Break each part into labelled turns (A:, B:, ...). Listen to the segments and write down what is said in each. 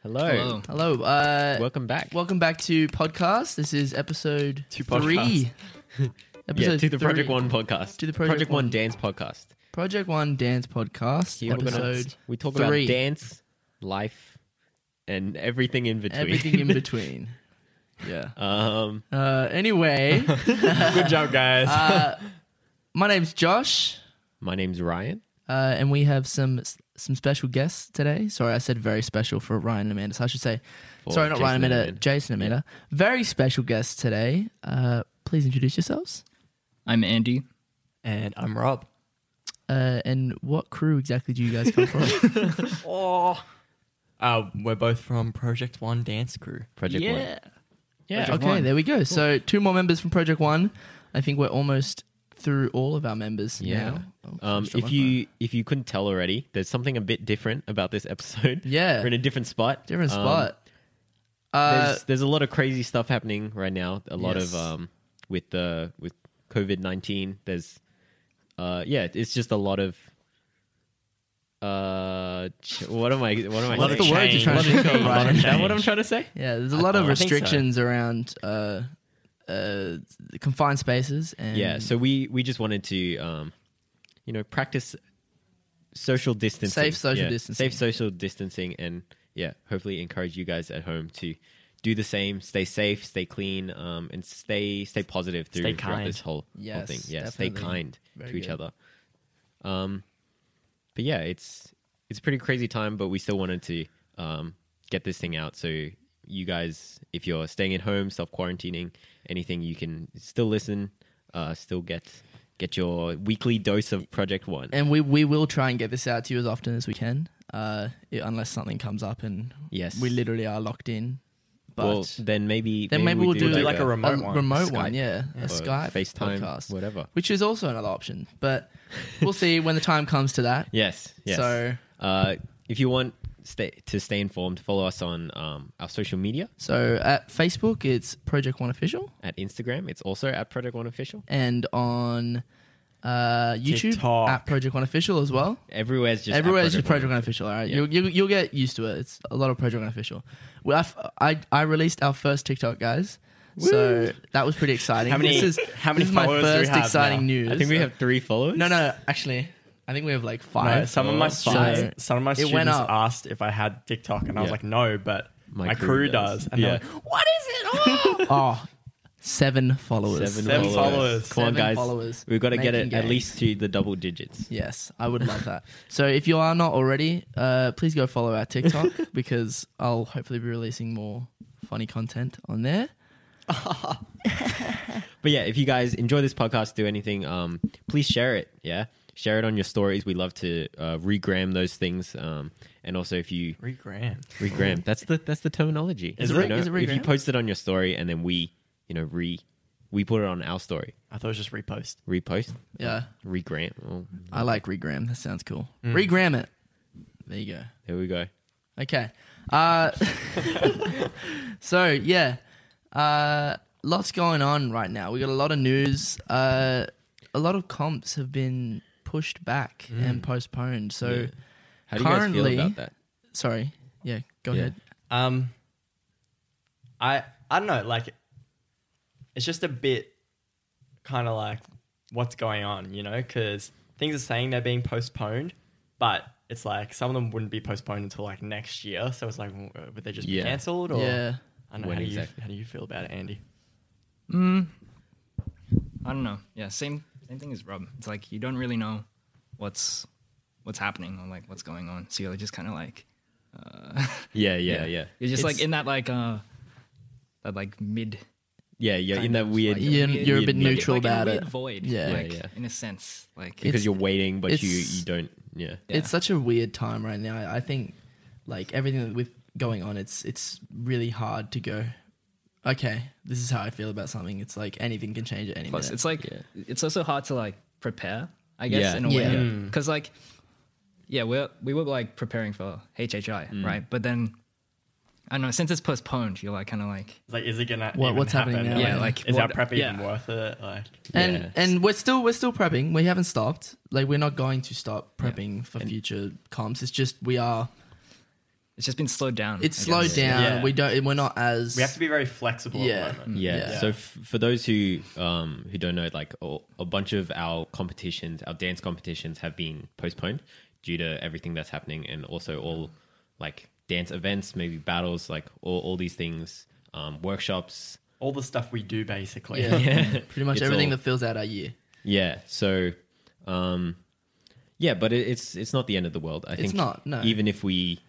A: Hello.
B: Hello.
C: Hello. Uh,
A: Welcome back.
C: welcome back to podcast. This is episode
A: To podcast.
C: three.
A: yeah, to the
C: three.
A: Project One podcast.
C: To the Project
A: One.
C: One.
A: Dance podcast.
C: Project One Dance Podcast.
A: Here we're gonna-
C: episode
A: we talk
C: three.
A: about dance, life, and everything in between.
C: everything in between. Yeah.
A: um,
C: Uh, anyway,
D: Good job, guys.
C: uh, my name's Josh,
A: my name's Ryan.
C: uh, and we have some some special guests today. Sorry, I said very special for Ryan and Amanda. So I should say,
A: For
C: sorry, not
A: Jason
C: Ryan and
A: and
C: Amanda,
A: Amanda.
C: Jason and Amanda. Very special guests today. Uh, please introduce yourselves.
B: I'm Andy.
D: and I'm Rob.
C: Uh, and what crew exactly do you guys come from?
D: Uh, we're both from Project One Dance Crew.
A: Project One.
B: Yeah.
C: Okay, there we go. So two more members from Project One. I think we're almost through all of our members
A: Yeah.
C: now. Oh,
A: Um,
C: still
A: if
C: one
A: you if you couldn't tell already, there's something a bit different about this episode.
C: Yeah.
A: we're in a different spot.
C: different
A: Um,
C: spot. Uh,
A: there's, there's a lot of crazy stuff happening right now. A lot
C: Yes.
A: of um, with the with COVID nineteen. There's uh, yeah, it's just a lot of uh, ch- what am I? What am I?
D: Lot of
A: saying?
D: the word you're trying to
A: Lot of-
C: think of, Ryan.
A: Is that what I'm trying to say?
C: yeah, there's a lot of
D: I think so.
C: restrictions around uh, uh, confined spaces and
A: Yeah. So we we just wanted to um, you know, practice social distancing,
C: Safe social
A: Yeah,
C: distancing.
A: safe social distancing, and yeah, hopefully encourage you guys at home to do the same. Stay safe, stay clean, um, and stay stay positive through
D: Stay
A: throughout this
D: kind.
A: whole whole
C: Yes,
A: thing. Yeah, stay
C: definitely.
A: kind
C: Very
A: to each
C: good.
A: other. Um, but yeah, it's it's a pretty crazy time, but we still wanted to um, get this thing out. So you guys, if you're staying at home, self quarantining, anything, you can still listen, uh, still get get your weekly dose of Project One.
C: and we we will try and get this out to you as often as we can, uh, i- unless something comes up and
A: Yes,
C: we literally are locked in. But
A: well, then maybe
C: then maybe, we'll do,
D: do like a remote one.
C: remote
A: Skype
C: one, yeah, a
A: or
C: Skype
A: FaceTime,
C: podcast,
A: whatever.
C: which is also another option. But we'll see when the time comes to that.
A: Yes, yes.
C: So-
A: uh, if you want stay, to stay informed, follow us on um, our social media
C: So at Facebook, it's Project One Official,
A: at Instagram. It's also at Project One Official.
C: and on uh, YouTube
D: TikTok.
C: at Project One Official as well.
A: Everywhere's just at
C: Everywhere is just Project
A: One.
C: One Official. All right,
A: Yeah.
C: you'll, you'll you'll get used to it. It's a lot of Project One Official. Well, I f- I, I released our first TikTok, guys. So that was pretty exciting.
D: How many-
C: This is,
D: how many
C: this is my
D: followers do we
C: first
D: have
C: exciting
D: now?
C: news.
A: I think we have three followers.
C: no, no. Actually, I think we have like
D: No,
C: five.
D: some of my
A: four,
D: students,
C: five.
D: some of my
C: It went
D: students
C: up.
D: asked if I had TikTok, and I was
A: Yeah.
D: like, no, but my, crew, does. And
A: Yeah.
D: they're like, what is it? Oh!
C: oh, seven followers.
D: Seven followers.
A: Come on,
C: Seven
A: guys.
C: followers.
A: We've got to get
C: Making
A: it at
C: gains.
A: least to the double digits.
C: Yes, I would love that. so if you are not already, uh, please go follow our TikTok because I'll hopefully be releasing more funny content on there.
A: But yeah, if you guys enjoy this podcast, do anything, um, please share it. Yeah. Share it on your stories. We love to uh, regram those things. Um, and also, if you
D: Three grand.
A: regram, that's the that's the terminology.
D: Is
A: You
D: it-
A: know,
C: is it
A: If you
C: regram?
A: post it on your story and then we, you know, re, we put it on our story,
D: I thought it was just repost.
A: repost,
C: Yeah,
A: regram. Oh,
C: I like regram. That sounds cool.
A: Mm.
C: Regram it. There you go.
A: there we go.
C: Okay. Uh, so yeah, uh, lots going on right now. We got a lot of news. Uh, a lot of comps have been pushed back
B: Mm.
C: and postponed. So
A: Yeah. How do you guys feel
C: Currently-
A: about that?
C: sorry. Yeah, go
A: Yeah.
C: ahead.
D: Um, I I don't know. Like, it's just a bit kind of like what's going on, you know? Because things are saying they're being postponed, but it's like some of them wouldn't be postponed until like next year. So it's like, w- would they just
A: Yeah.
D: be cancelled?
B: Oh.
D: Or
C: Yeah.
D: I don't know.
A: When
D: How do,
A: exactly?
D: you, how do you feel about it, Andy?
B: Mm, I don't know. Yeah, same same thing as Rob. It's like you don't really know what's what's happening or like what's going on. So you're just kind of like, uh,
A: Yeah, yeah, yeah, yeah.
B: You're just like
D: It's-
B: in that like uh that like mid.
A: you're in
B: kind
A: that
B: of,
A: weird,
B: like,
C: You're-
B: weird-
C: you're a
A: weird
C: bit
A: middle.
C: neutral
B: like, in a
C: about
B: weird
C: it.
B: Void.
C: Yeah.
B: like,
A: Yeah, yeah.
B: In a sense, like
A: because
C: It's-
A: you're waiting, but you
C: it's-
A: you don't. Yeah,
B: Yeah.
C: It's such a weird time right now. I think like everything that with going on, it's it's really hard to go. Okay, this is how I feel about something. It's like anything can change at any
B: Plus,
C: minute.
B: it's like
A: Yeah.
B: it's also hard to like prepare, I guess,
A: Yeah.
B: in a
C: Yeah.
B: way,
D: Mm.
B: because like, yeah, we we were like preparing for HHI, right? But then, I don't know. Since it's postponed, you're like kind of like,
D: It's like, is it gonna?
C: What-
D: even
C: what's happening
D: happen?
C: now? Yeah,
B: like,
D: is
B: what-
D: our prep even
B: yeah.
D: worth it? Like,
C: and
A: yeah.
C: and we're still we're still prepping. We haven't stopped. Like we're not going to stop prepping for future comps. It's just we are
B: it's It's just been slowed down.
C: It's
B: I
C: slowed
B: guess.
C: down.
D: Yeah.
C: We don't. We're not as.
D: We have to be very flexible
C: Yeah.
D: at the moment.
A: Yeah.
C: Yeah.
A: So f- for those who um, who don't know, like a, a bunch of our competitions, our dance competitions have been postponed due to everything that's happening, and also all like dance events, maybe battles, like all, all these things, um, workshops.
D: All the stuff we do basically.
C: Yeah.
A: Yeah.
C: Pretty much
A: It's
C: everything
A: all-
C: that fills out our year.
A: Yeah. So, um, yeah, but it, it's it's not the end of the world. I think
C: not, no.
A: Even if we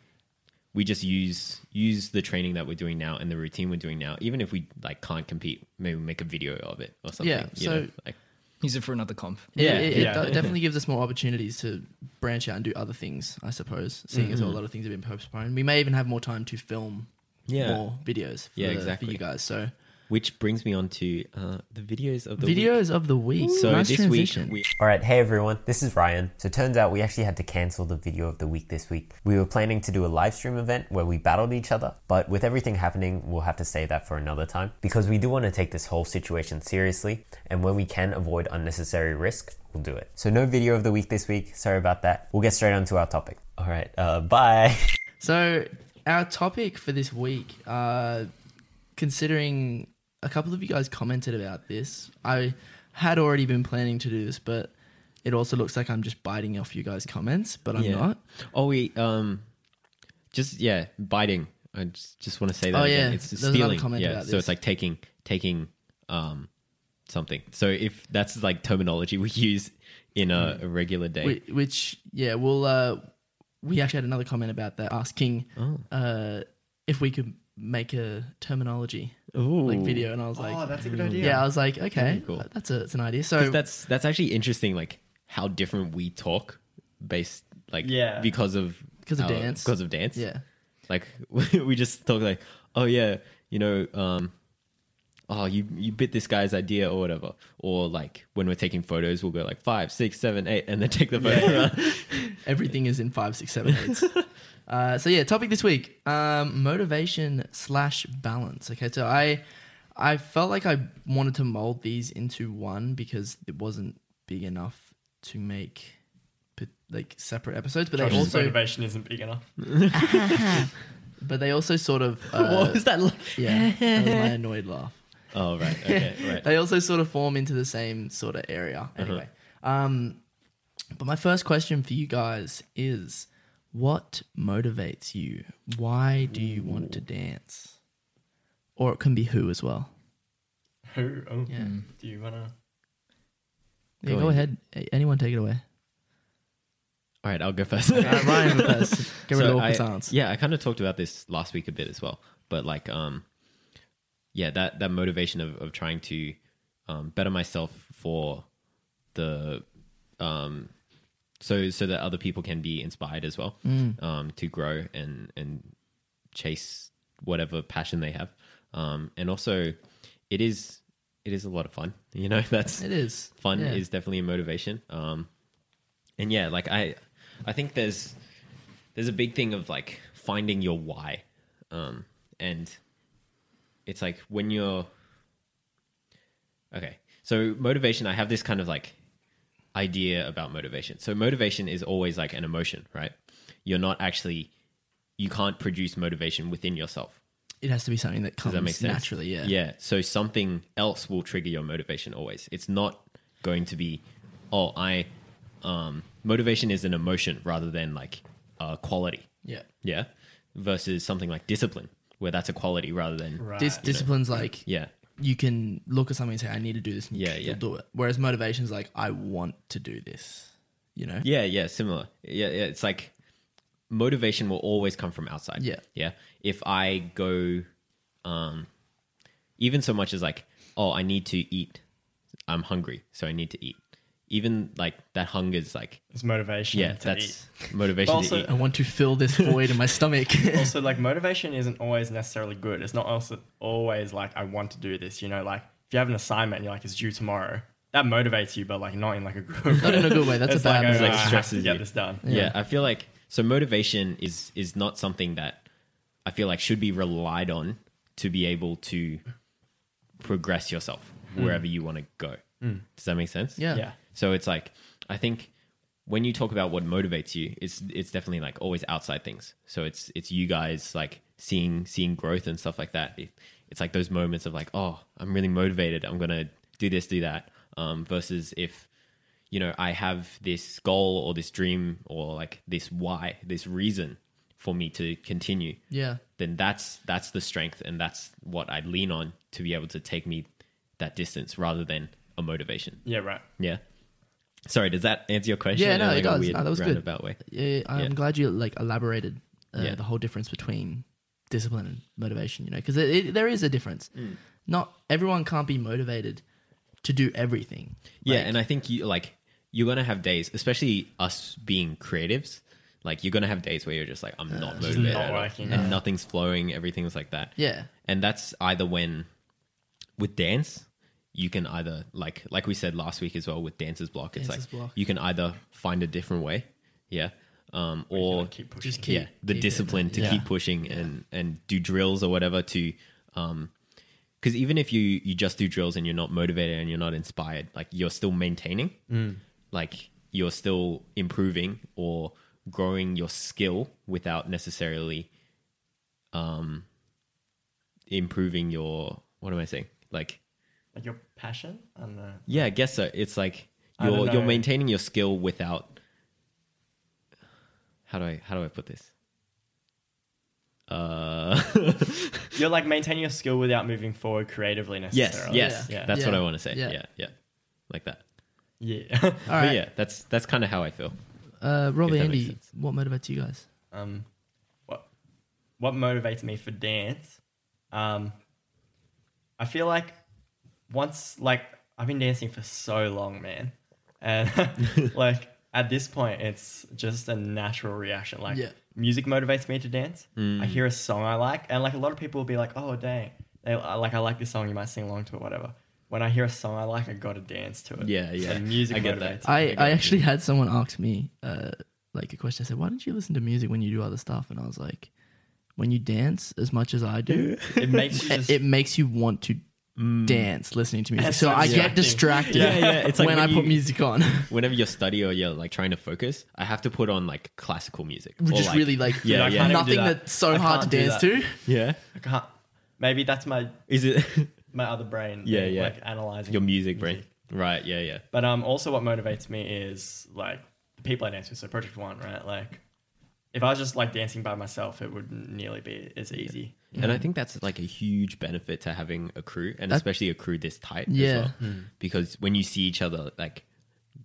A: we just use use the training that we're doing now and the routine we're doing now, even if we like can't compete, maybe make a video of it or something.
C: Yeah,
A: you
C: so-
A: know, like
B: Use it for another comp.
A: Yeah,
C: It, it, it
D: yeah.
C: do- definitely gives us more opportunities to branch out and do other things. I suppose, seeing as well,
A: Mm-hmm.
C: a lot of things have been postponed, we may even have more time to film
A: Yeah.
C: more videos. For,
A: Yeah,
C: the-
A: exactly.
C: For you guys, so
A: Which brings me on to uh, the videos of the Week.
C: videos of the week.
A: So
C: nice
A: this
C: transition.
A: week
E: All right, hey everyone, this is Ryan. So it turns out we actually had to cancel the video of the week this week. We were planning to do a live stream event where we battled each other, but with everything happening, we'll have to save that for another time because we do want to take this whole situation seriously, and when we can avoid unnecessary risk, we'll do it. So no video of the week this week. Sorry about that. We'll get straight onto our topic. All right, uh, bye.
C: So our topic for this week, uh, considering a couple of you guys commented about this, I had already been planning to do this, but it also looks like I'm just biting off you guys' comments, but I'm
A: Yeah.
C: not.
A: Oh, we um, just yeah, biting. I just, just want to say that.
C: Oh,
A: again.
C: yeah.
A: it's
C: There's another
A: stealing.
C: comment
A: yeah,
C: about
A: so
C: this.
A: it's like taking taking um something. So if that's like terminology we use in a,
C: Mm.
A: a regular day,
C: Whi- Which, yeah, we'll. Uh, we actually had another comment about that, asking
A: Oh.
C: uh, if we could make a terminology like
A: Ooh.
C: video, and I was like,
D: Oh, that's a good idea.
C: yeah. I was like, okay,
A: cool.
C: that's a that's an idea. So
A: 'Cause that's that's actually interesting. Like how different we talk based like
D: Yeah.
A: because of
C: 'Cause of
A: our-
C: dance.
A: because of dance
C: yeah,
A: Like we just talk like, oh yeah, you know, um, oh you you bit this guy's idea or whatever. Or like when we're taking photos, we'll go like five, six, seven, eight, and then take the photo.
C: Everything is in five, six, seven, eights. uh, so yeah, topic this week: um, motivation slash balance. Okay, so I I felt like I wanted to mold these into one because it wasn't big enough to make p- like separate episodes, but they
D: Josh's
C: also
D: motivation isn't big enough.
C: but they also sort of uh,
A: what was that? Like?
C: yeah, that was my annoyed laugh.
A: Oh right, okay, right. Uh-huh.
C: They also sort of form into the same sort of area. Anyway, um, but my first question for you guys is, what motivates you? Why do you want to dance? Or it can be who as well.
D: Who? Oh,
C: Yeah.
D: Do you wanna?
C: Yeah,
A: Go
C: go,
A: on.
C: ahead. A- Anyone take it away.
A: All right, I'll go first.
C: Uh, Ryan first. Get rid
A: So
C: of all
A: I-
C: croissants.
A: Yeah, I kind of talked about this last week a bit as well, but like, um, yeah, that that motivation of of trying to um, better myself for the um, so so that other people can be inspired as well
C: Mm.
A: um, to grow and and chase whatever passion they have, um, and also it is it is a lot of fun. You know, that's
C: It is.
A: fun
C: Yeah.
A: is definitely a motivation. Um, and yeah, like I, I think there's there's a big thing of like finding your why, um, and it's like when you're okay. So motivation, I have this kind of like idea about motivation. So motivation is always like an emotion, right? You're not actually you can't produce motivation within yourself.
C: It has to be something that comes
A: Does that make sense?
C: naturally, yeah.
A: Yeah. So something else will trigger your motivation always. It's not going to be, oh, I, um, motivation is an emotion rather than like a quality.
C: Yeah.
A: Yeah. Versus something like discipline, where that's a quality rather than.
C: Dis- discipline's like
A: Yeah.
C: you can look at something and say, I need to do this and
A: Yeah,
C: you'll
A: yeah.
C: do it. Whereas motivation's like, I want to do this. You know?
A: Yeah. Yeah. Similar. Yeah. yeah it's like motivation will always come from outside.
C: Yeah.
A: Yeah. If I go, um, even so much as like, oh, I need to eat. I'm hungry, so I need to eat. Even like that hunger is like
D: It's motivation.
A: yeah,
D: to
A: that's
D: eat.
A: motivation
D: But also-
A: to
C: I
A: eat.
C: want to fill this void in my stomach.
D: also like motivation isn't always necessarily good. It's not also always like I want to do this. You know, like if you have an assignment, and you're like it's due tomorrow. That motivates you, but like not in like a good.
C: Not in a good way. That's a
D: It's
C: bad
D: like,
C: way.
D: oh,
A: Like,
D: I have
A: stresses
D: to
A: you.
D: get this done.
A: Yeah. I feel like so motivation is is not something that I feel like should be relied on to be able to progress yourself wherever you want to go. Does that make sense?
C: Yeah.
D: Yeah.
A: So it's like I think when you talk about what motivates you, it's it's definitely like always outside things. So it's it's you guys like seeing seeing growth and stuff like that. It, it's like those moments of like, oh, I'm really motivated. I'm gonna do this, do that. Um, versus if you know I have this goal or this dream or like this why, this reason for me to continue
C: Yeah.
A: then that's that's the strength and that's what I lean on to be able to take me that distance rather than a motivation.
D: Yeah, right.
A: Yeah. Sorry, does that answer your question?
C: Yeah, no,
A: In,
C: it
A: like, a
C: does.
A: weird
C: No, that was good.
A: roundabout way.
C: Yeah, I'm
A: Yeah.
C: glad you like elaborated uh,
A: Yeah.
C: the whole difference between discipline and motivation. You know, because it, it, there is a difference.
A: Mm.
C: Not everyone can't be motivated to do everything.
A: Yeah,
C: Like,
A: and I think you like you're gonna have days, especially us being creatives. Like you're gonna have days where you're just like, I'm not motivated,
D: Uh, not
A: at all.
D: working,
A: and
D: yeah.
A: nothing's flowing, everything's like that.
C: yeah,
A: and that's either when with dance you can either like like we said last week as well with dancer's block it's
C: Dancer's
A: like
C: block.
A: you can either find a different way yeah um or
D: Keep pushing.
C: just keep
A: yeah the
C: keep it.
A: discipline to
D: Yeah.
A: keep pushing and and do drills or whatever to um because even if you you just do drills and you're not motivated and you're not inspired like you're still maintaining
C: Mm.
A: like you're still improving or growing your skill without necessarily um improving your what am i saying like
D: Like your passion? I don't know.
A: yeah i guess so it's like
D: I don't
A: you're you're
D: know.
A: maintaining your skill without how do i how do i put this uh
D: You're like maintaining your skill without moving forward creatively
A: yes
D: necessarily.
A: yes
D: Yeah.
A: that's what
C: Yeah.
A: i want to say
C: Yeah.
A: yeah. yeah like that
D: Yeah.
C: All
A: but
C: right,
A: yeah that's that's kind of how i feel
C: uh, Robbie,
A: If that makes
C: Andy,
A: sense.
C: what motivates you guys?
D: um, what what motivates me for dance? Um, I feel like once like I've been dancing for so long, man, and like at this point, it's just a natural reaction. Like
C: Yeah.
D: music motivates me to dance.
A: Mm.
D: I hear a song I like, and like a lot of people will be like, "Oh, dang." They, I- like I like this song, you might sing along to it, whatever. When I hear a song I like, I gotta dance to it.
A: Yeah, yeah.
D: So music
A: I get
D: motivates.
A: that.
C: I,
A: Okay,
C: I
A: go.
C: actually had someone ask me uh, like a question. I said, "Why don't you listen to music when you do other stuff?" And I was like, "When you dance as much as I do,
D: It makes you just
C: it makes you want to dance listening to music."
D: That's
C: So
D: so
C: I get
D: distracting.
C: distracted
A: Yeah, yeah, it's like
C: when,
A: when
C: I put
A: you-
C: music on.
A: whenever you study or you're like trying to focus, I have to put on like classical music. Or,
C: just really like
A: Yeah,
D: Dude, I
A: yeah.
D: can't even do
C: nothing
D: that.
C: that's so
D: I
C: hard to
D: can't do
C: dance
D: that.
C: to.
A: yeah.
D: I can't. Maybe that's my
A: Is it
D: my other brain.
A: Yeah,
D: being,
A: yeah.
D: Like analyzing
A: your music brain? Right. Yeah, yeah.
D: But um, also what motivates me is like the people I dance with. So Project One, right? Like, if I was just like dancing by myself, it wouldn't nearly be as easy.
A: And I think that's like a huge benefit to having a crew, and
C: That-
A: especially a crew this tight.
C: Yeah.
A: As well. Because when you see each other like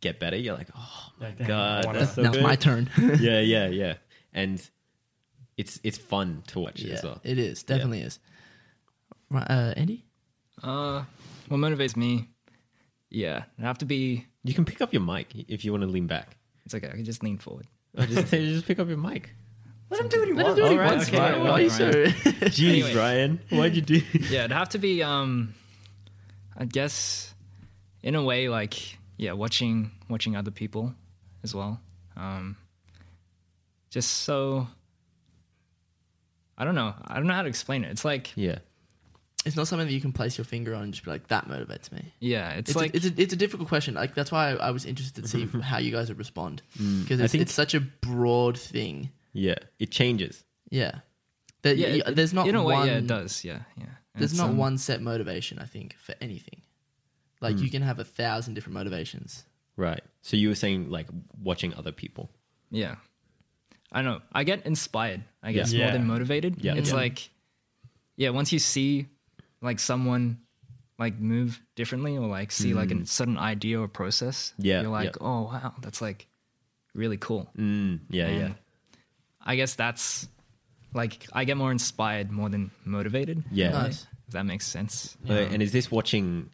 A: get better, you're like, oh my
D: Like, damn, I
A: god,
D: wanna-
A: that's so
C: now it's my
A: good.
C: turn.
A: yeah, yeah, yeah. And it's it's fun to watch
C: yeah,
A: as well.
C: it is definitely is. Right, uh, Andy,
B: Uh, what motivates me? Yeah, I have to be.
A: You can pick up your mic if you want to lean back.
B: It's okay. I can just lean forward.
A: Or just just pick up your mic.
D: Let him do what he
C: Let him
D: wants.
C: do what he
A: All right,
C: wants,
A: okay,
C: man.
A: all
C: Why are you so?
A: Jeez,
B: Anyway.
A: Ryan, why'd you do?
B: Yeah, it'd have to be. Um, I guess, in a way, like yeah, watching watching other people as well. Um, just so. I don't know. I don't know how to explain it. It's like
A: yeah.
C: it's not something that you can place your finger on and just be like, "That motivates me."
B: yeah, it's,
C: It's,
B: like
C: a, it's a it's a difficult question. Like that's why I, I was interested to see how you guys would respond because
A: I
C: it's,
A: think-
C: it's such a broad thing.
A: Yeah, it changes.
C: Yeah, that
B: yeah.
C: yeah,
B: it-
C: there's not
B: in a way.
C: one.
B: yeah, it does. Yeah, yeah. And
C: There's
B: it's,
C: not
B: um,
C: one set motivation. I think for anything, like
B: Hmm.
C: you can have a thousand different motivations.
A: Right. So you were saying like watching other people.
B: Yeah. I know. I get inspired, I guess,
D: Yeah.
B: more than motivated.
A: Yeah.
B: It's
A: Yeah.
B: like yeah, once you see like someone like move differently or like see like a sudden idea or process,
A: Mm. Yeah,
B: you're like,
A: yeah.
B: "Oh, wow, that's like really cool."
A: Mm, yeah, yeah.
B: And I guess that's like I get more inspired more than motivated.
A: Yeah.
C: Nice.
B: If that makes sense.
A: Uh, and is this watching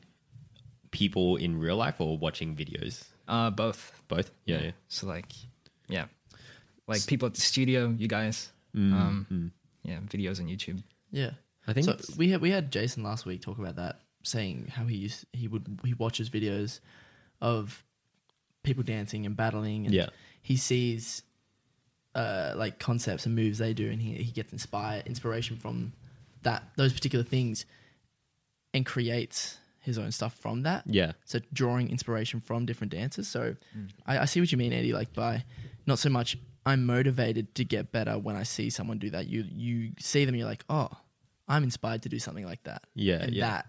A: people in real life or watching videos?
B: Uh both.
A: Both? Yeah, yeah.
B: So like yeah. Like people at the studio, you guys.
A: Mm,
B: um yeah, videos on YouTube.
C: Yeah,
A: I think
C: so.
A: it's-
C: We had we had Jason last week talk about that, saying how he used he would he watches videos of people dancing and battling, and
A: Yeah.
C: he sees uh, like concepts and moves they do, and he he gets inspired inspiration from that those particular things, and creates his own stuff from that.
A: Yeah.
C: So drawing inspiration from different dances. So
A: Mm.
C: I, I see what you mean, Eddie. Like by not so much I'm motivated to get better when I see someone do that. You you see them, you're like, oh, I'm inspired to do something like that.
A: Yeah,
C: and
A: yeah.
C: that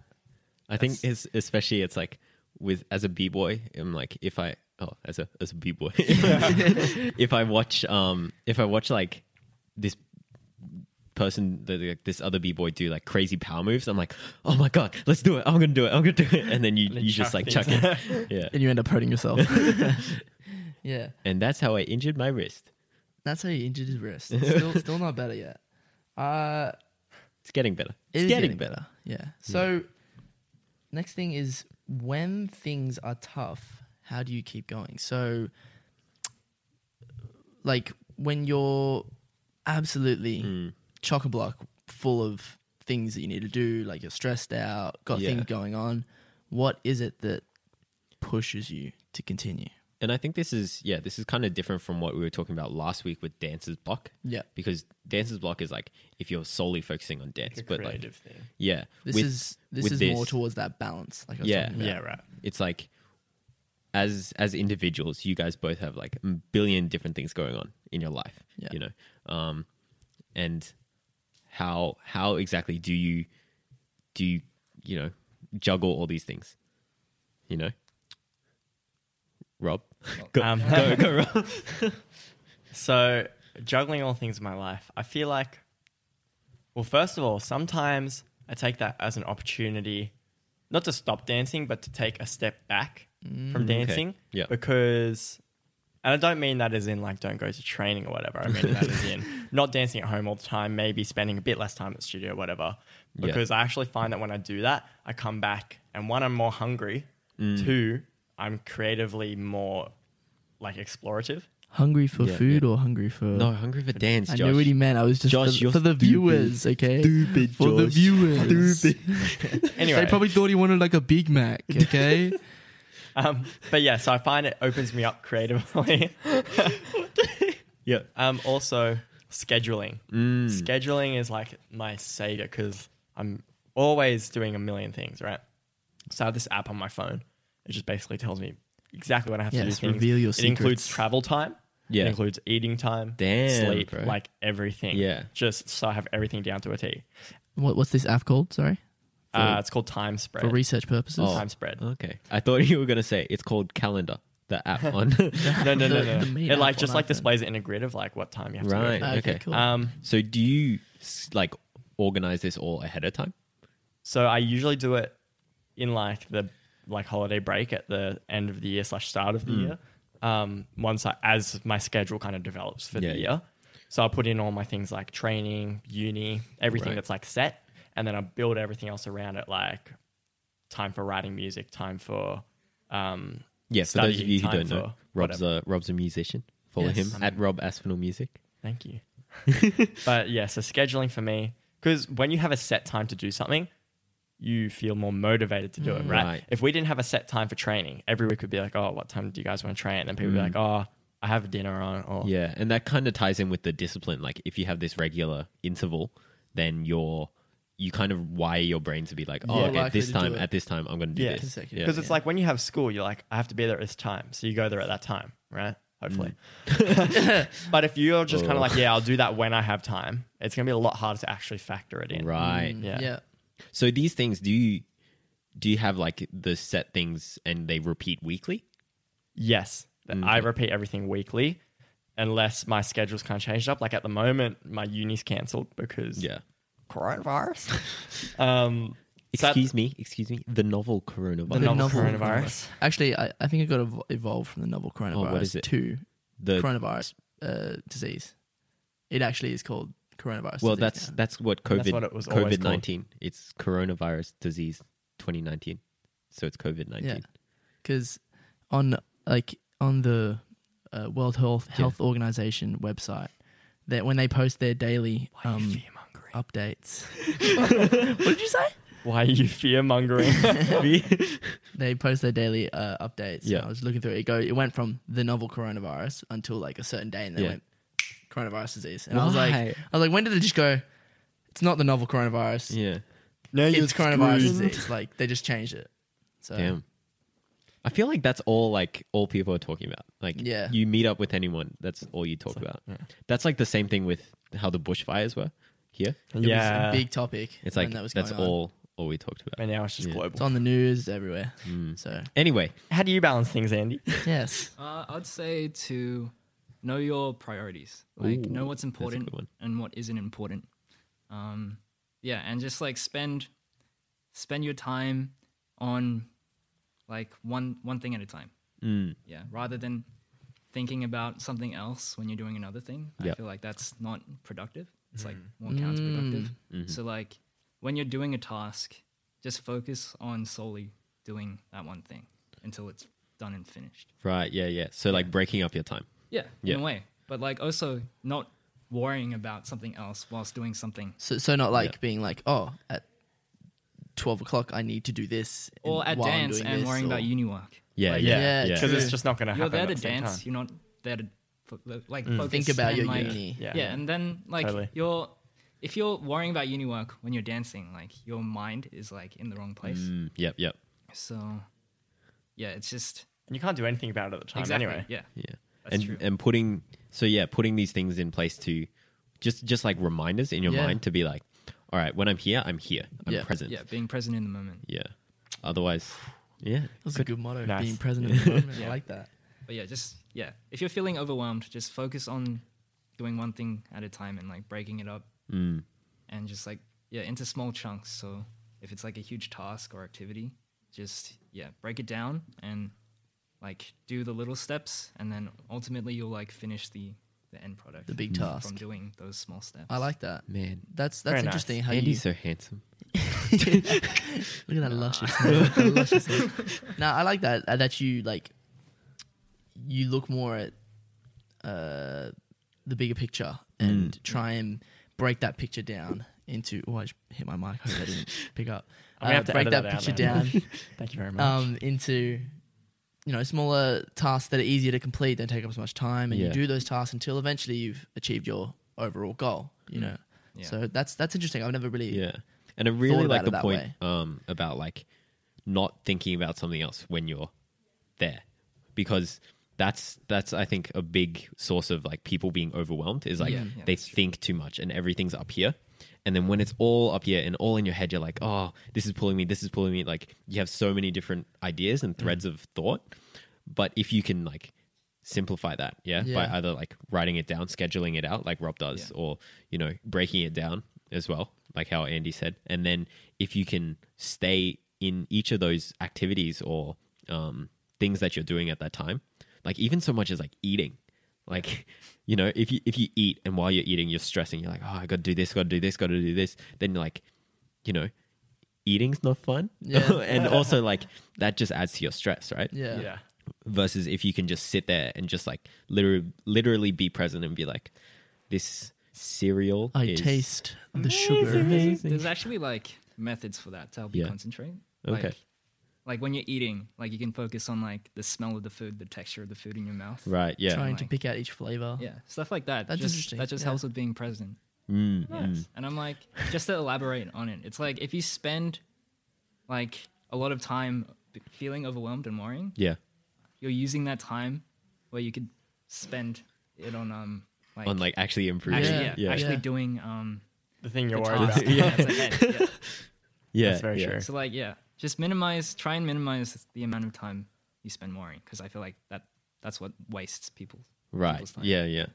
A: I think it's especially it's like with as a b boy, I'm like if I oh as a as a b boy, if I watch um if I watch like this person the, the- this other b boy do like crazy power moves, I'm like oh my god, let's do it! I'm gonna do it! I'm gonna do it! And then you
D: then
A: you just
D: chuck
A: like
D: things.
A: chuck it, yeah.
C: and you end up hurting yourself. yeah,
A: And that's how I injured my wrist.
C: that's how he injured his wrist. It's Still, still not better yet. Uh,
A: It's getting better.
C: It
A: It's
C: is
A: getting, better.
C: Yeah. So, next thing is when things are tough, how do you keep going? So, like when you're absolutely
A: Mm.
C: chock a block full of things that you need to do, like you're stressed out, got
A: Yeah.
C: things going on, what is it that pushes you to continue?
A: And I think this is yeah, this is kind of different from what we were talking about last week with dancer's block.
C: Yeah.
A: Because dancer's block is like if you're solely focusing on dance,
D: The
A: but like
D: creative thing.
A: Yeah.
C: This
A: with-
C: is this
A: with
C: is more towards that balance. Like I was
A: Yeah.
C: talking about.
D: right.
A: it's like as as individuals, you guys both have like a billion different things going on in your life.
C: Yeah.
A: You know? Um and how how exactly do you do you, you know, juggle all these things? You know? Rob? go,
D: Um,
A: go, go, Rob.
D: So juggling all things in my life, I feel like, well, first of all, sometimes I take that as an opportunity, not to stop dancing, but to take a step back from dancing.
A: Mm, Yeah.
D: Because, and I don't mean that as in like don't go to training or whatever. I mean that as in not dancing at home all the time, maybe spending a bit less time at the studio, or whatever.
A: Yeah.
D: Because I actually find that when I do that, I come back and one, I'm more hungry.
C: Mm.
D: Two, I'm creatively more like explorative.
C: Hungry for
A: Yeah,
C: food
A: yeah.
C: or hungry for
A: No, hungry for dance,
C: I
A: Josh.
C: knew what he meant. I was just
A: Josh,
C: for,
A: you're
C: for the
A: stupid.
C: viewers, okay?
A: Stupid,
C: for the
A: Josh.
C: viewers.
D: Anyway,
C: They probably thought he wanted like a Big Mac, okay?
D: Um, but yeah, so I find it opens me up creatively.
A: Yeah.
D: Um, also, scheduling.
C: Mm.
D: Scheduling is like my savior because I'm always doing a million things, right? So I have this app on my phone. It just basically tells me exactly when I have to do
C: Yes,
D: things.
C: reveal your
D: it includes
C: secrets.
D: travel time.
A: Yeah.
D: It includes eating time,
A: Damn,
D: sleep,
A: bro.
D: like everything.
A: Yeah.
D: Just so I have everything down to a T.
C: what, what's this app called? Sorry.
D: Uh, it's called Time Spread.
C: For research purposes. Ah,
A: Oh.
D: Time Spread.
A: Okay. I thought you were gonna say it's called calendar, the app on
D: No, no, no,
C: The-
D: no.
C: the main
D: it like
C: app
D: just
C: on
D: like
C: iPhone.
D: displays it in a grid of like what time you have to do.
A: Right.
C: okay,
A: okay.
C: cool.
D: Um,
A: So do you s- like organize this all ahead of time?
D: So I usually do it in like the like holiday break at the end of the year slash start
A: Hmm.
D: of the year. Um, once I as my schedule kind of develops for
A: Yeah.
D: the year, so I put in all my things like training, uni, everything
A: Right.
D: that's like set, and then I build everything else around it. Like time for writing music, time for um,
A: Yeah. For those of
D: studying,
A: you who
D: time
A: don't know,
D: for
A: Rob's a Rob's a musician. Follow
C: Yes.
A: him at Rob Aspinall Music.
D: Thank you. but yeah, so scheduling for me, because when you have a set time to do something, you feel more motivated to do it, right?
A: Mm. Right.
D: If we didn't have a set time for training, every week would be like, oh, what time do you guys want to train? And then people would be like, oh, I have a dinner on, or
A: Mm. Yeah, and that kind of ties in with the discipline. Like if you have this regular interval, then you're you kind of wire your brain to be like, oh,
C: You're
A: okay,
C: likely
A: this
C: to do
A: time
C: it.
A: at this time I'm going to do
D: Yeah.
A: this.
C: Consecutive.
A: Yeah.
D: Because it's like when you have school, you're like, I have to be there at this time. So you go there at that time, right? Hopefully.
A: Mm.
D: but if you're just kind
A: Oh.
D: of like, yeah, I'll do that when I have time, it's going to be a lot harder to actually factor it in.
A: right.
D: Yeah.
C: Mm, yeah.
A: So these things do you do you have like the set things and they repeat weekly?
D: Yes. Th- I repeat everything weekly unless my schedule's kind of changed up. Like at the moment, my uni's cancelled because coronavirus. um, so at-
A: Excuse me, excuse me. The novel coronavirus.
D: The novel coronavirus.
C: Actually, I, I think it got ev- evolved from the novel coronavirus
A: Oh, what is it?
C: to
A: The-
C: coronavirus uh, disease. It actually is called coronavirus.
A: well,
C: disease
A: that's
C: now.
A: that's what COVID
D: what it was always
A: COVID nineteen. It's coronavirus disease twenty nineteen. So it's COVID nineteen.
C: because on like on the uh, World Health Health Organization website, that when they post their daily um,
D: fear-mongering?
C: updates, what did you say?
D: Why are you fear mongering?
C: They post their daily uh, updates.
A: Yeah.
C: Yeah, I was looking through it. It go. It went from the novel coronavirus until like a certain day, and then
A: Yeah.
C: went coronavirus disease. And I was like,
A: Why?
C: I was like, when did it just go? It's not the novel coronavirus.
A: Yeah.
D: no,
C: It's coronavirus disease. Like they just changed it. So
A: Damn. I feel like that's all like all people are talking about. Like
C: Yeah.
A: you meet up with anyone, that's all you talk about. That's like the same thing with how the bushfires were here.
C: it was a big topic.
A: It's
C: when
A: like
C: that was
A: that's
C: going on.
A: all all we talked about.
D: and now it's just
A: Yeah.
C: It's
D: global.
C: on the news everywhere. So
A: Anyway,
D: How do you balance things, Andy?
C: yes,
B: Uh, I'd say to know your priorities, like
A: Ooh,
B: know what's important
A: good one.
B: and what isn't important. Um, yeah, and just like spend spend your time on like one one thing at a time.
A: mm,
B: Yeah, rather than thinking about something else when you're doing another thing. I
A: Yep.
B: feel like that's not productive. It's like
A: Mm-hmm.
B: more counterproductive. So like when you're doing a task, just focus on solely doing that one thing until it's done and finished.
A: right, yeah, yeah. So like breaking up your time.
B: Yeah,
A: Yeah.
B: in a way. But like also not worrying about something else whilst doing something.
C: so so not like
A: Yeah.
C: being like oh at twelve o'clock I need to do this and
B: Or at
C: while I'm
B: dance
C: doing
B: and
C: this,
B: worrying
C: or-
B: about uni work.
A: Yeah,
B: Like,
A: yeah,
C: Yeah,
A: yeah.
D: Because
C: True.
D: it's just not going to happen.
B: You're there
D: at
B: to
D: the same
B: dance.
D: time.
B: You're not there to fo- like focus
C: Think about
B: and,
C: your
B: like,
C: uni.
B: Yeah.
D: Yeah.
B: and then like
D: Totally.
B: you're if you're worrying about uni work when you're dancing, like your mind is like in the wrong place.
A: Mm, yep, yep.
B: So yeah, it's just
D: And you can't do anything about it at the time
B: exactly
D: anyway.
B: yeah.
A: Yeah.
B: That's
A: and
B: true.
A: and putting so yeah, putting these things in place to just just like reminders in your
C: Yeah.
A: mind to be like, all right, when I'm here, I'm here. I'm
C: Yeah.
A: present.
B: Yeah, being present in the moment.
A: Yeah. Otherwise, yeah.
C: That's a good motto.
D: Nice.
C: Being present in the moment. I like that.
B: But yeah, just yeah. If you're feeling overwhelmed, just focus on doing one thing at a time and like breaking it up
A: Mm,
B: and just like yeah into small chunks so if it's like a huge task or activity just yeah break it down and like do the little steps and then ultimately you'll like finish the the end product
C: The big
B: from
C: task.
B: doing those small steps
C: I like that.
A: man.
C: That's that's
D: Very nice.
C: interesting how you
A: Andy's so handsome.
C: Look at that luscious, that lusciousness. No, I like that uh, that you like. You look more at uh, the bigger picture and
D: Mm.
C: try and break that picture down into. Oh, I just hit my mic. I hope I didn't pick up.
D: I'm gonna have to
C: break
D: edit
C: that,
D: that out
C: picture
D: now.
C: down
D: Thank you very much.
C: um, into you know smaller tasks that are easier to complete, don't take up as much time, and
A: Yeah.
C: you do those tasks until eventually you've achieved your overall goal. You know,
B: Yeah.
C: so that's that's interesting. I've never really
A: Mm. Yeah. And I really
C: about
A: like
C: it
A: the
C: that
A: point
C: way.
A: um, about like not thinking about something else when you're there, because that's that's I think a big source of like people being overwhelmed is like
B: Yeah. Yeah,
A: they
B: that's true.
A: think too much and everything's up here, and then when it's all up here and all in your head, you're like, oh, this is pulling me, this is pulling me. Like you have so many different ideas and
C: Mm.
A: threads of thought, but if you can like simplify that yeah, by
C: Yeah.
A: either like writing it down scheduling it out like rob does or you know breaking it down as well like how andy said and then if you can stay in each of those activities or um, things that you're doing at that time like even so much as like eating like you know if you if you eat and while you're eating you're stressing you're like oh i gotta do this gotta do this gotta do this then you're like you know eating's not fun
C: Yeah.
A: and also like that just adds to your stress right
C: yeah.
D: yeah.
A: versus if you can just sit there and just like literally literally be present and be like this cereal
C: I
A: is
C: taste the sugar.
B: there's, there's actually like methods for that to help you
A: Yeah.
B: concentrate
A: Okay.
B: like, like when you're eating like you can focus on like the smell of the food the texture of the food in your mouth
A: right yeah
C: Trying to
B: Like-
C: pick out each flavor.
B: yeah stuff like that
C: That's
B: just,
C: interesting,
B: that just
C: yeah.
B: helps with being present
A: Mm, mm.
B: Yes. And I'm like, just to elaborate on it, it's like if you spend like a lot of time b- feeling overwhelmed and worrying,
A: yeah
B: you're using that time where you could spend it on um like,
A: on like actually improving
B: actually,
A: yeah
B: yeah,
A: yeah
B: actually
C: Yeah.
B: doing um
D: The thing
B: the
D: you're worried
B: task
D: about.
B: that's ahead. Yeah.
A: yeah
D: That's very
A: yeah.
D: true.
B: So like yeah, just minimize, try and minimize the amount of time you spend worrying because I feel like that that's what wastes people.
A: right
B: people's time.
A: yeah yeah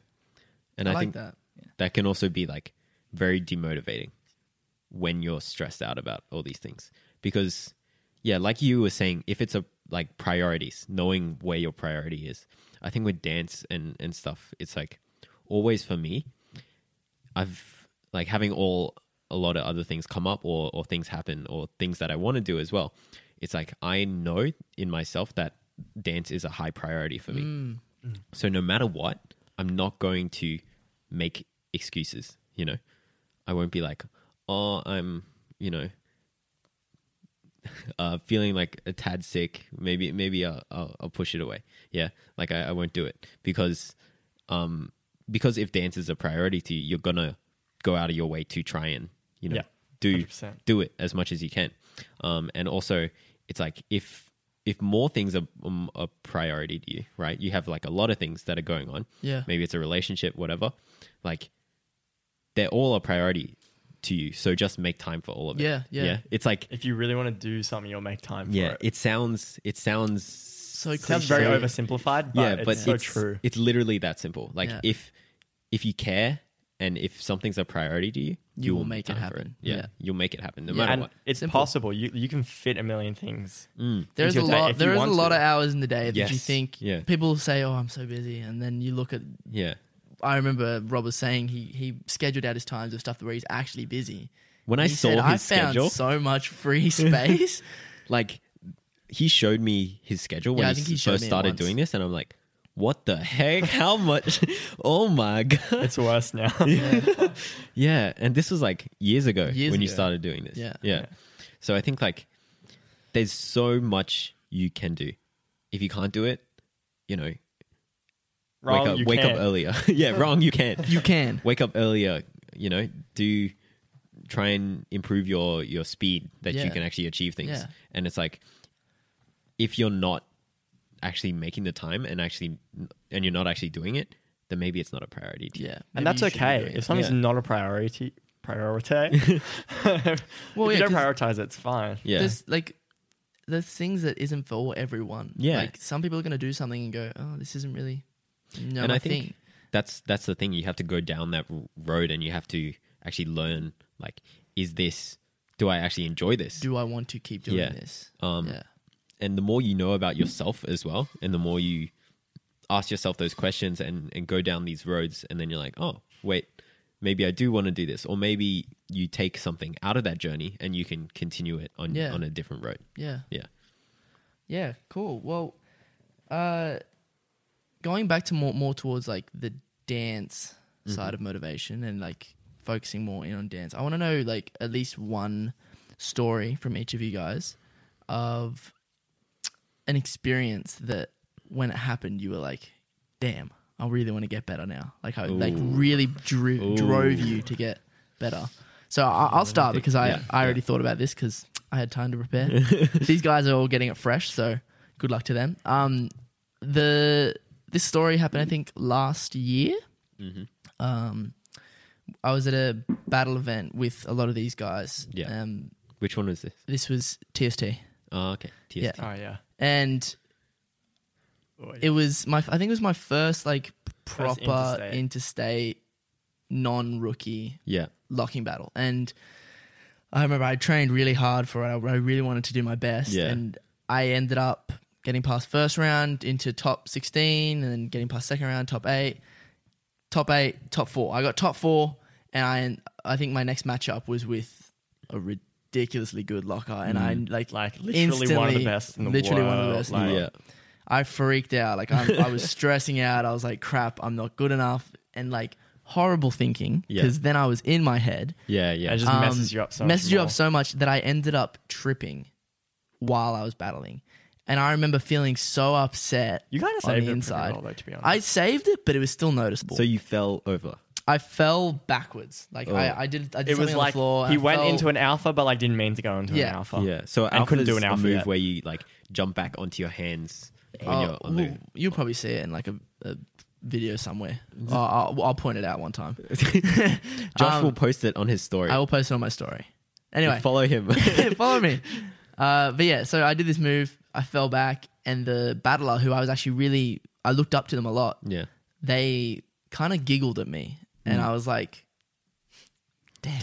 A: and
C: I,
A: i,
C: like
A: think
C: that.
A: that can also be like very demotivating when you're stressed out about all these things because yeah like you were saying if it's a like priorities knowing where your priority is i think with dance and and stuff it's like always for me i've like having all a lot of other things come up or or things happen or things that i want to do as well it's like i know in myself that dance is a high priority for me so no matter what, I'm not going to make excuses, you know. I won't be like, "Oh, I'm, you know, uh feeling like a tad sick. Maybe maybe I'll I'll, I'll push it away." Yeah, like I, I won't do it because um because if dance is a priority to you, you're going to go out of your way to try and, you know,
D: Yeah,
A: do
D: 100%.
A: do it as much as you can. Um and also it's like if if more things are um, a priority to you, right? You have like a lot of things that are going on.
C: Yeah.
A: Maybe it's a relationship, whatever. Like they're all a priority to you, so just make time for all of it.
C: Yeah, yeah.
A: It's like
D: If you really want to do something, you'll make time for
A: yeah,
D: it.
A: it sounds it sounds
C: So
A: so
D: It sounds very
C: cliche.
D: oversimplified, but,
A: yeah, but
D: it's so true.
A: It's literally that simple. Like
C: Yeah.
A: if if you care and if something's a priority to you, you, will make it happen. Yeah,
C: Yeah.
A: you'll make it happen no
C: Yeah.
A: matter
D: and
A: what.
D: it's
C: Simple.
D: possible. You you can fit a million things.
A: Mm.
C: There's a
D: your day
C: lot.
D: if you
C: There is a
D: want
C: lot
D: to.
C: of hours in the day that you
A: Yes.
C: think
A: Yeah.
C: people say, "Oh, I'm so busy," and then you look at.
A: Yeah.
C: I remember Rob was saying he he scheduled out his times of stuff where he's actually busy.
A: When I
C: He
A: saw
C: said,
A: his
C: I found
A: schedule,
C: so much free space.
A: like he showed me his schedule when
C: Yeah, I
A: he,
C: think he showed
A: first
C: me it
A: started
C: once.
A: doing this, and I'm like, what the heck? How much? oh my god!
D: It's worse now.
A: Yeah, and this was like years ago
C: Years
A: when you
C: ago.
A: started doing this.
C: Yeah.
A: yeah. So I think like there's so much you can do. If you can't do it, you know,
D: Wrong,
A: wake up,
D: you
A: wake
D: can't.
A: up earlier. yeah, wrong. You can't.
C: you can.
A: wake up earlier. You know, do try and improve your your speed that
C: Yeah.
A: you can actually achieve things.
C: Yeah.
A: And it's like if you're not actually making the time and actually and you're not actually doing it, then maybe it's not a priority. To you.
C: Yeah,
D: and
C: maybe
D: that's
C: you should be
D: okay.
C: doing
D: If
C: it.
D: something's
A: Yeah.
D: not a priority, priority. well,
C: Well,
D: if
C: yeah,
D: you
C: 'cause-
D: don't prioritize it, it's fine.
A: Yeah.
C: There's like there's things that isn't for everyone.
A: Yeah.
C: like some people are gonna do something and go, "Oh, this isn't really." No,
A: and
C: my
A: I think
C: thing."
A: that's that's the thing. You have to go down that r- road, and you have to actually learn. Like, is this? Do I actually enjoy this?
C: do I want to keep doing
A: Yeah.
C: this?
A: Um,
C: yeah,
A: and the more you know about yourself as well, and the more you ask yourself those questions and and go down these roads, and then you're like, oh wait, maybe I do want to do this, or maybe you take something out of that journey and you can continue it on
C: Yeah.
A: on a different road.
C: yeah,
A: Yeah,
C: yeah. Cool. Well, uh, going back to more more towards like the dance
A: Mm-hmm.
C: side of motivation and like focusing more in on dance. I want to know like at least one story from each of you guys of an experience that when it happened you were like, "Damn, I really want to get better now." Like I like
A: Ooh.
C: really drew, drove
A: Ooh.
C: you to get better. So I, I'll start
A: think-
C: because I,
A: yeah,
C: I already thought about this because I had time to prepare. These guys are all getting it fresh, so good luck to them. Um, the this story happened I think last year. Um, I was at a battle event with a lot of these guys.
A: Yeah.
C: Um,
A: which one was this?
C: this was TST,
A: Oh, okay, TST.
C: Yeah.
D: Oh yeah.
C: and
D: Oh, yeah.
C: it was my I think it was my first like proper
D: interstate.
C: interstate non rookie
A: yeah,
C: locking battle. And I remember I trained really hard for it. I I really wanted to do my best.
A: Yeah.
C: And I ended up getting past first round into top 16 and then getting past second round, top eight, top eight, top four. I got top four. And I, I think my next matchup was with a ridiculously good locker. And
A: Mm.
C: I like,
D: like literally one of
C: instantly-
D: the best in the
C: literally
D: world.
C: one of the best in the
D: Like,
C: world.
A: yeah.
C: I freaked out. Like I'm, I was stressing out. I was like, crap, I'm not good enough. And like horrible thinking
A: Yeah.
C: because then I was in my head
A: Yeah, yeah,
D: It just
C: um,
D: messes you up so
C: messes
D: much
C: you
D: more.
C: up so much that I ended up tripping while I was battling, and I remember feeling so upset.
D: You kind of
C: on
D: saved
C: the
D: it
C: inside.
D: pretty well, though, to be honest.
C: I saved it, but it was still noticeable.
A: So you fell over.
C: I fell backwards. Like I, I did. I did
D: Oh. it was
C: something on the
D: like
C: floor. and
D: he
C: I
D: went
C: fell-
D: into an alpha, but like didn't mean to go into
C: Yeah.
D: an alpha.
A: Yeah, so
D: And
A: alpha
D: couldn't
A: is
D: do an
A: a
D: alpha
A: move
D: yet.
A: where you like jump back onto your hands when
C: Oh,
A: you're on
C: well, you'll probably see it in like a, a video somewhere. Oh, I'll, I'll point it out one time.
A: the. Josh
C: Um,
A: will post it on his story.
C: I will post it on my story. Anyway,
A: follow him.
C: follow me. Uh, but yeah, so I did this move. I fell back, and the battler, who I was actually really, I looked up to them a lot.
A: yeah,
C: They kind of giggled at me,
A: Mm.
C: and I was like, "Damn,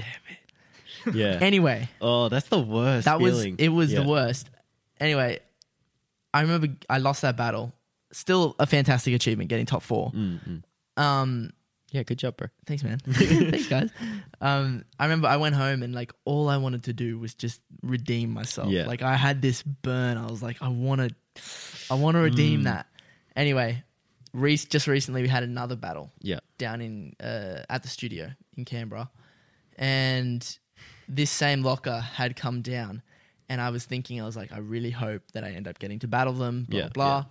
C: it!"
A: yeah.
C: Anyway,
A: oh, that's the worst.
C: that
A: feeling.
C: was it. Was
A: Yeah.
C: the worst. Anyway, I remember I lost that battle. Still a fantastic achievement, getting top 4 Um,
A: Mm. Yeah, good job, bro.
C: Thanks, man. Thanks, guys. Um, I remember I went home and like all I wanted to do was just redeem myself.
A: Yeah.
C: Like I had this burn. I was like, I want to, I want to
A: Mm.
C: redeem that. Anyway, Reese just recently we had another battle
A: Yeah,
C: down in uh, at the studio in Canberra, and this same locker had come down, and I was thinking, I was like, I really hope that I end up getting to battle them. Blah
A: Yeah,
C: blah.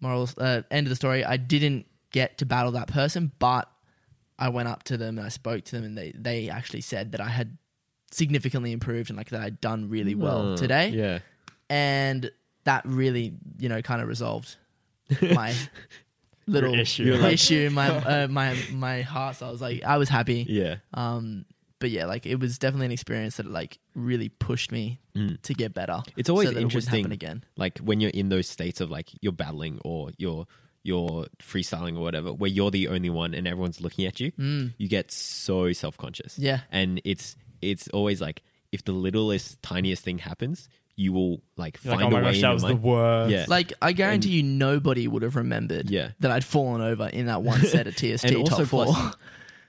C: Moral uh, end of the story. I didn't get to battle that person, but I went up to them and I spoke to them, and they they actually said that I had significantly improved and like that I'd done really well
A: Uh,
C: today
A: Yeah,
C: and that really you know kind of resolved my little
D: issue.
C: issue,
D: You're
C: in
D: like-
C: my uh, my my heart. So I was like, I was happy.
A: Yeah.
C: Um, but yeah, like it was definitely an experience that like really pushed me to get better.
A: Mm. It's always
C: so that It
A: interesting
C: wouldn't happen again.
A: Like when you're in those states of like you're battling or you're you're freestyling or whatever, where you're the only one and everyone's looking at you, you get so self conscious.
C: Mm. Yeah.
A: And it's it's always like if the littlest, tiniest thing happens, you will like
D: You're
A: find
D: like, oh
A: a
D: my
A: way
D: gosh,
A: in
D: that
A: your
D: was the
A: mind.
D: worst.
A: Yeah.
C: Like I guarantee you, nobody would have remembered
A: Yeah.
C: that I'd fallen over in that one set at TST
A: and also
C: top four.
A: plus,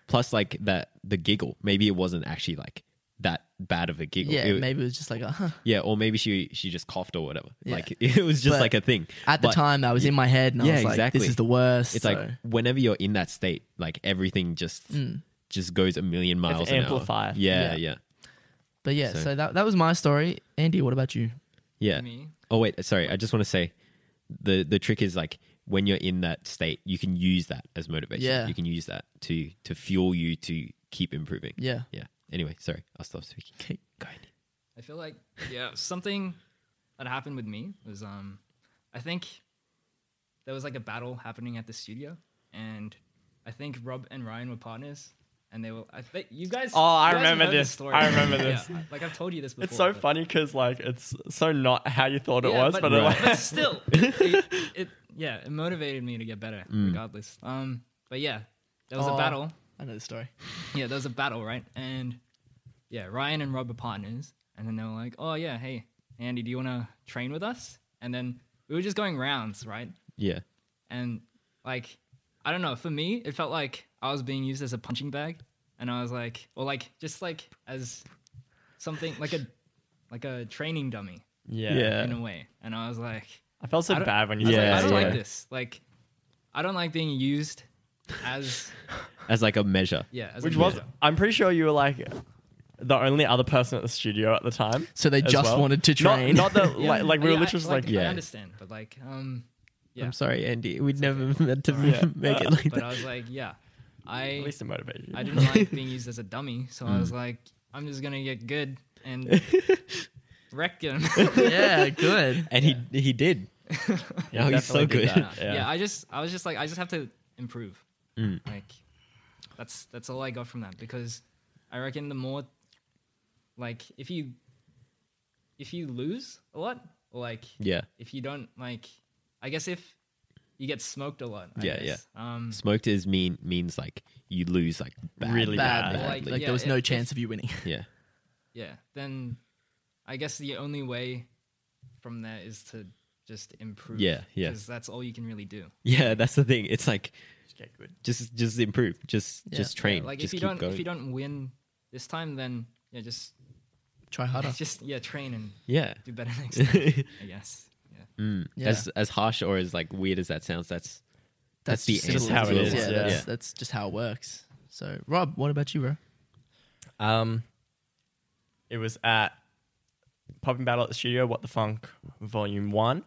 A: plus like that the giggle. Maybe it wasn't actually like that bad of a giggle.
C: yeah,
A: It-
C: maybe it was just like, a, huh.
A: yeah, or maybe she she just coughed or whatever.
C: Yeah.
A: Like it was just
C: But
A: like a thing.
C: At the
A: But-
C: time, that was in my head, and
A: Yeah,
C: I was like,
A: exactly.
C: "This is the worst."
A: it's
C: so- Mm.
A: like whenever you're in that state, like everything just just goes a million miles. an hour.
D: amplified.
A: Yeah, yeah,
C: Yeah.
A: yeah.
C: but yeah,
A: so-
C: so, that that was my story. Andy, what about you?
B: Me?
A: Oh wait, sorry. I just want to say, the the trick is like when you're in that state, you can use that as motivation.
C: Yeah.
A: you can use that to to fuel you to keep improving.
C: Yeah,
A: yeah. Anyway, sorry, I'll stop speaking.
C: okay, go ahead.
B: I feel like yeah, something that happened with me was um I think there was like a battle happening at the studio and I think Rob and Ryan were partners and they were I think you guys
D: Oh, I
B: you guys have
D: remember
B: heard
D: this. I remember
B: Yeah,
D: this.
B: I- like I've told you this before.
D: It's so
B: but-
D: funny because like it's so not how you thought it
B: Yeah,
D: was, but, it,
A: Right.
D: like,
B: but still, it, it yeah, it motivated me to get better
D: Mm.
B: regardless. Um but yeah, there was a
C: Oh.
B: battle
C: I know the story.
B: yeah, there was a battle, right? And yeah, Ryan and Rob are partners, and then they were like, "Oh yeah, hey Andy, do you want to train with us?" And then we were just going rounds, right?
A: Yeah,
B: And like, I don't know, for me, it felt like I was being used as a punching bag, and I was like, or like just like as something like a like a training dummy
D: yeah.
B: in a way, and I was like,
D: I felt so
B: I don't-
D: bad when
B: I
D: you
B: was
D: said
B: like,
A: Yeah,
B: I don't
A: yeah.
B: like this. Like, I don't like being used as
A: as like a measure.
B: yeah, as a
D: Which was
B: measure.
D: I'm pretty sure you were like the only other person at the studio at the time.
C: So they
D: as
C: just
D: well.
C: wanted to
D: Not-
C: train.
D: Not, the
B: Yeah.
D: like, like we were
B: Yeah, I-
D: literally just like,
A: yeah.
B: I understand, but like, um, yeah.
A: I'm sorry, Andy. We'd never meant to
D: Oh, Yeah.
A: make it like
B: But
A: that.
B: I was like, yeah,
D: at
B: I
D: least it motivated you.
B: I didn't like being used as a dummy, so I was like, I'm just gonna get good and wreck uh, him.
C: yeah, good.
A: And he he did.
D: Yeah,
A: oh, he's so
D: definitely did
A: good.
B: yeah.
D: that, Yeah.
B: I just I was just like I just have to improve. Like that's that's all I got from that because I reckon the more like if you if you lose a lot, or like
A: Yeah,
B: if you don't like I guess if you get smoked a lot, I
A: Yeah,
B: guess. yeah. Um
A: smoked is mean means like you lose like bad.
D: Really
C: Bad.
D: bad.
C: Like,
B: Like,
C: like
B: yeah,
C: there was no
B: if-
C: chance of you winning.
A: Yeah.
B: yeah, then I guess the only way from there is to just improve.
A: Yeah, yeah.
B: Because that's all you can really do.
A: Yeah, that's the thing. It's like
D: Just get good.
A: just just improve. Just
C: Yeah.
A: just train.
B: Like
A: just
B: if you
A: keep
B: don't
A: going.
B: if you don't win this time, then yeah, just
C: Try harder.
B: just yeah, train and
A: yeah.
B: do better next time. I guess. Yeah.
A: Mm.
C: Yeah.
A: As as harsh or as like weird as that sounds, that's that's the
C: just
A: answer
D: how
A: to
D: it is,
C: Yeah,
D: yeah.
C: That's,
A: Yeah.
C: that's just how it works. So, Rob, what about you, bro?
D: Um, it was at Popping Battle at the Studio. What the Funk, Volume One.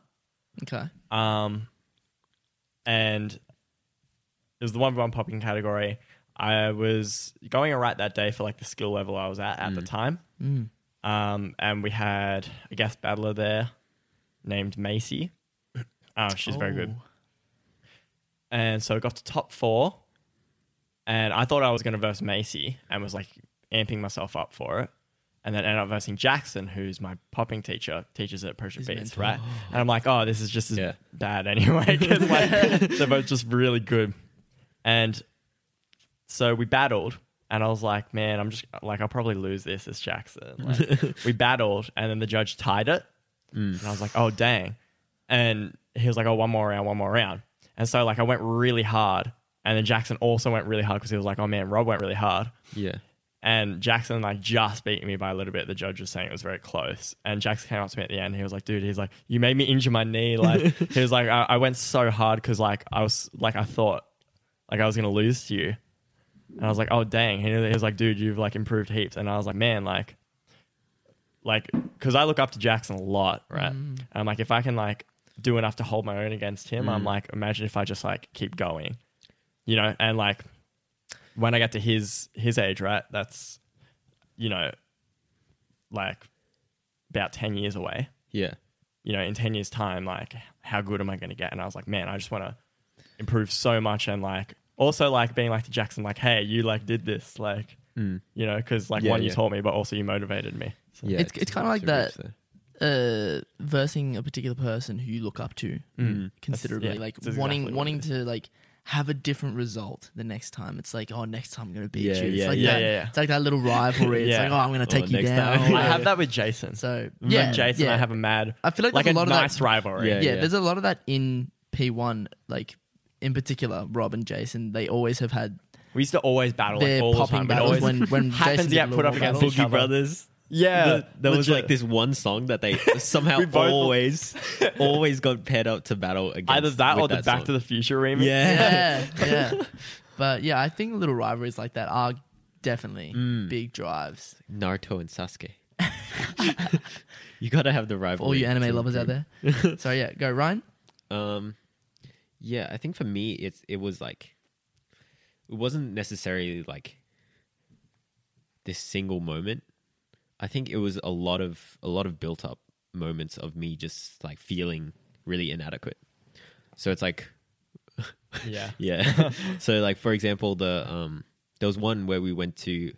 C: Okay.
D: Um, and it was the one one popping category. I was going alright that day for like the skill level I was at at the time.
C: Mm.
D: Um, and we had a guest battler there named Macy. Oh, she's very good.
C: Oh.
D: And so I got to top four, and I thought I was going to verse Macy and was like amping myself up for it. And then ended up versing Jackson, who's my popping teacher, teaches at Pressure
C: His
D: Beats,
C: mentor.
D: right? And I'm like, oh, this is just as
A: Yeah.
D: bad anyway, because like, they're both just really good. And so we battled, and I was like, man, I'm just like, I'll probably lose this. It's Jackson. Like, we battled, and then the judge tied it. And I was like, oh, dang. And he was like, oh, one more round, one more round. And so, like, I went really hard. And then Jackson also went really hard because he was like, oh, man, Rob went really hard.
A: Yeah.
D: And Jackson, like, just beat me by a little bit. The judge was saying it was very close. And Jackson came up to me at the end. He was like, dude, he's like, you made me injure my knee. Like, he was like, I, I went so hard because, like, I was, like, I thought, like, I was going to lose to you. And I was like, oh, dang. He he was like, dude, you've, like, improved heaps. And I was like, man, like, like because I look up to Jackson a lot, right? And I'm like, if I can like do enough to hold my own against him, I'm like, imagine if I just like keep going, you know? And like when I get to his his age, right? That's you know, like about ten years away.
A: Yeah.
D: you know, in 10 years' time, like, how good am I going to get? And I was like, man, I just want to improve so much. And like, also like being like to Jackson, like, hey, you like did this, like,
C: Mm.
D: you know, because like
A: Yeah,
D: one, you
A: yeah.
D: taught me, but also you motivated me. So,
A: Yeah,
C: It's- it's kinda like
A: to
C: that.
A: reach there.
C: uh, versing a particular person who you look up to considerably,
D: Mm. That's- yeah,
C: like
D: that's exactly
C: wanting
D: what it
C: wanting
D: is.
C: to like have a different result the next time. It's like, oh, next time I'm gonna beat
A: Yeah,
C: you. It's
A: yeah,
C: like
D: yeah,
C: that,
D: yeah, yeah.
C: It's like that little rivalry. It's
D: Yeah.
C: like, oh, I'm gonna
A: Oh,
C: take you
A: next
C: down.
A: time.
D: I have that with Jason.
C: So
D: With
C: yeah,
D: Jason,
C: yeah.
D: I have a mad,
C: I feel like,
D: like a,
C: there's a lot
D: nice
C: of that.
D: rivalry.
A: Yeah.
C: yeah, there's a lot of that in P1. Like in particular, Rob and Jason, they always have had
D: We used to always battle like,
C: their
D: all the
C: popping
D: time. but it
C: battles
D: always
C: when when
D: happens
C: Jason
D: to get
C: did
D: put up
C: little
D: against
C: battles.
D: each other.
A: Boogie Brothers.
D: Yeah,
A: The- there was
D: legit.
A: like this one song that they somehow
D: We both-
A: always, always got paired up to battle against.
D: either that
A: with
D: or the Back
A: song.
D: to the Future remix.
A: Yeah.
C: yeah, yeah. But yeah, I think little rivalries like that are definitely big drives.
A: Naruto and Sasuke. you gotta have the rivalry.
C: all you anime
A: to
C: lovers out
A: improve.
C: there. so yeah, go Ryan.
A: Um, yeah, I think for me, it's it was like it wasn't necessarily like this single moment. I think it was a lot of a lot of built up moments of me just like feeling really inadequate. So it's like
D: yeah.
A: yeah. so like for example, the um there was one where we went to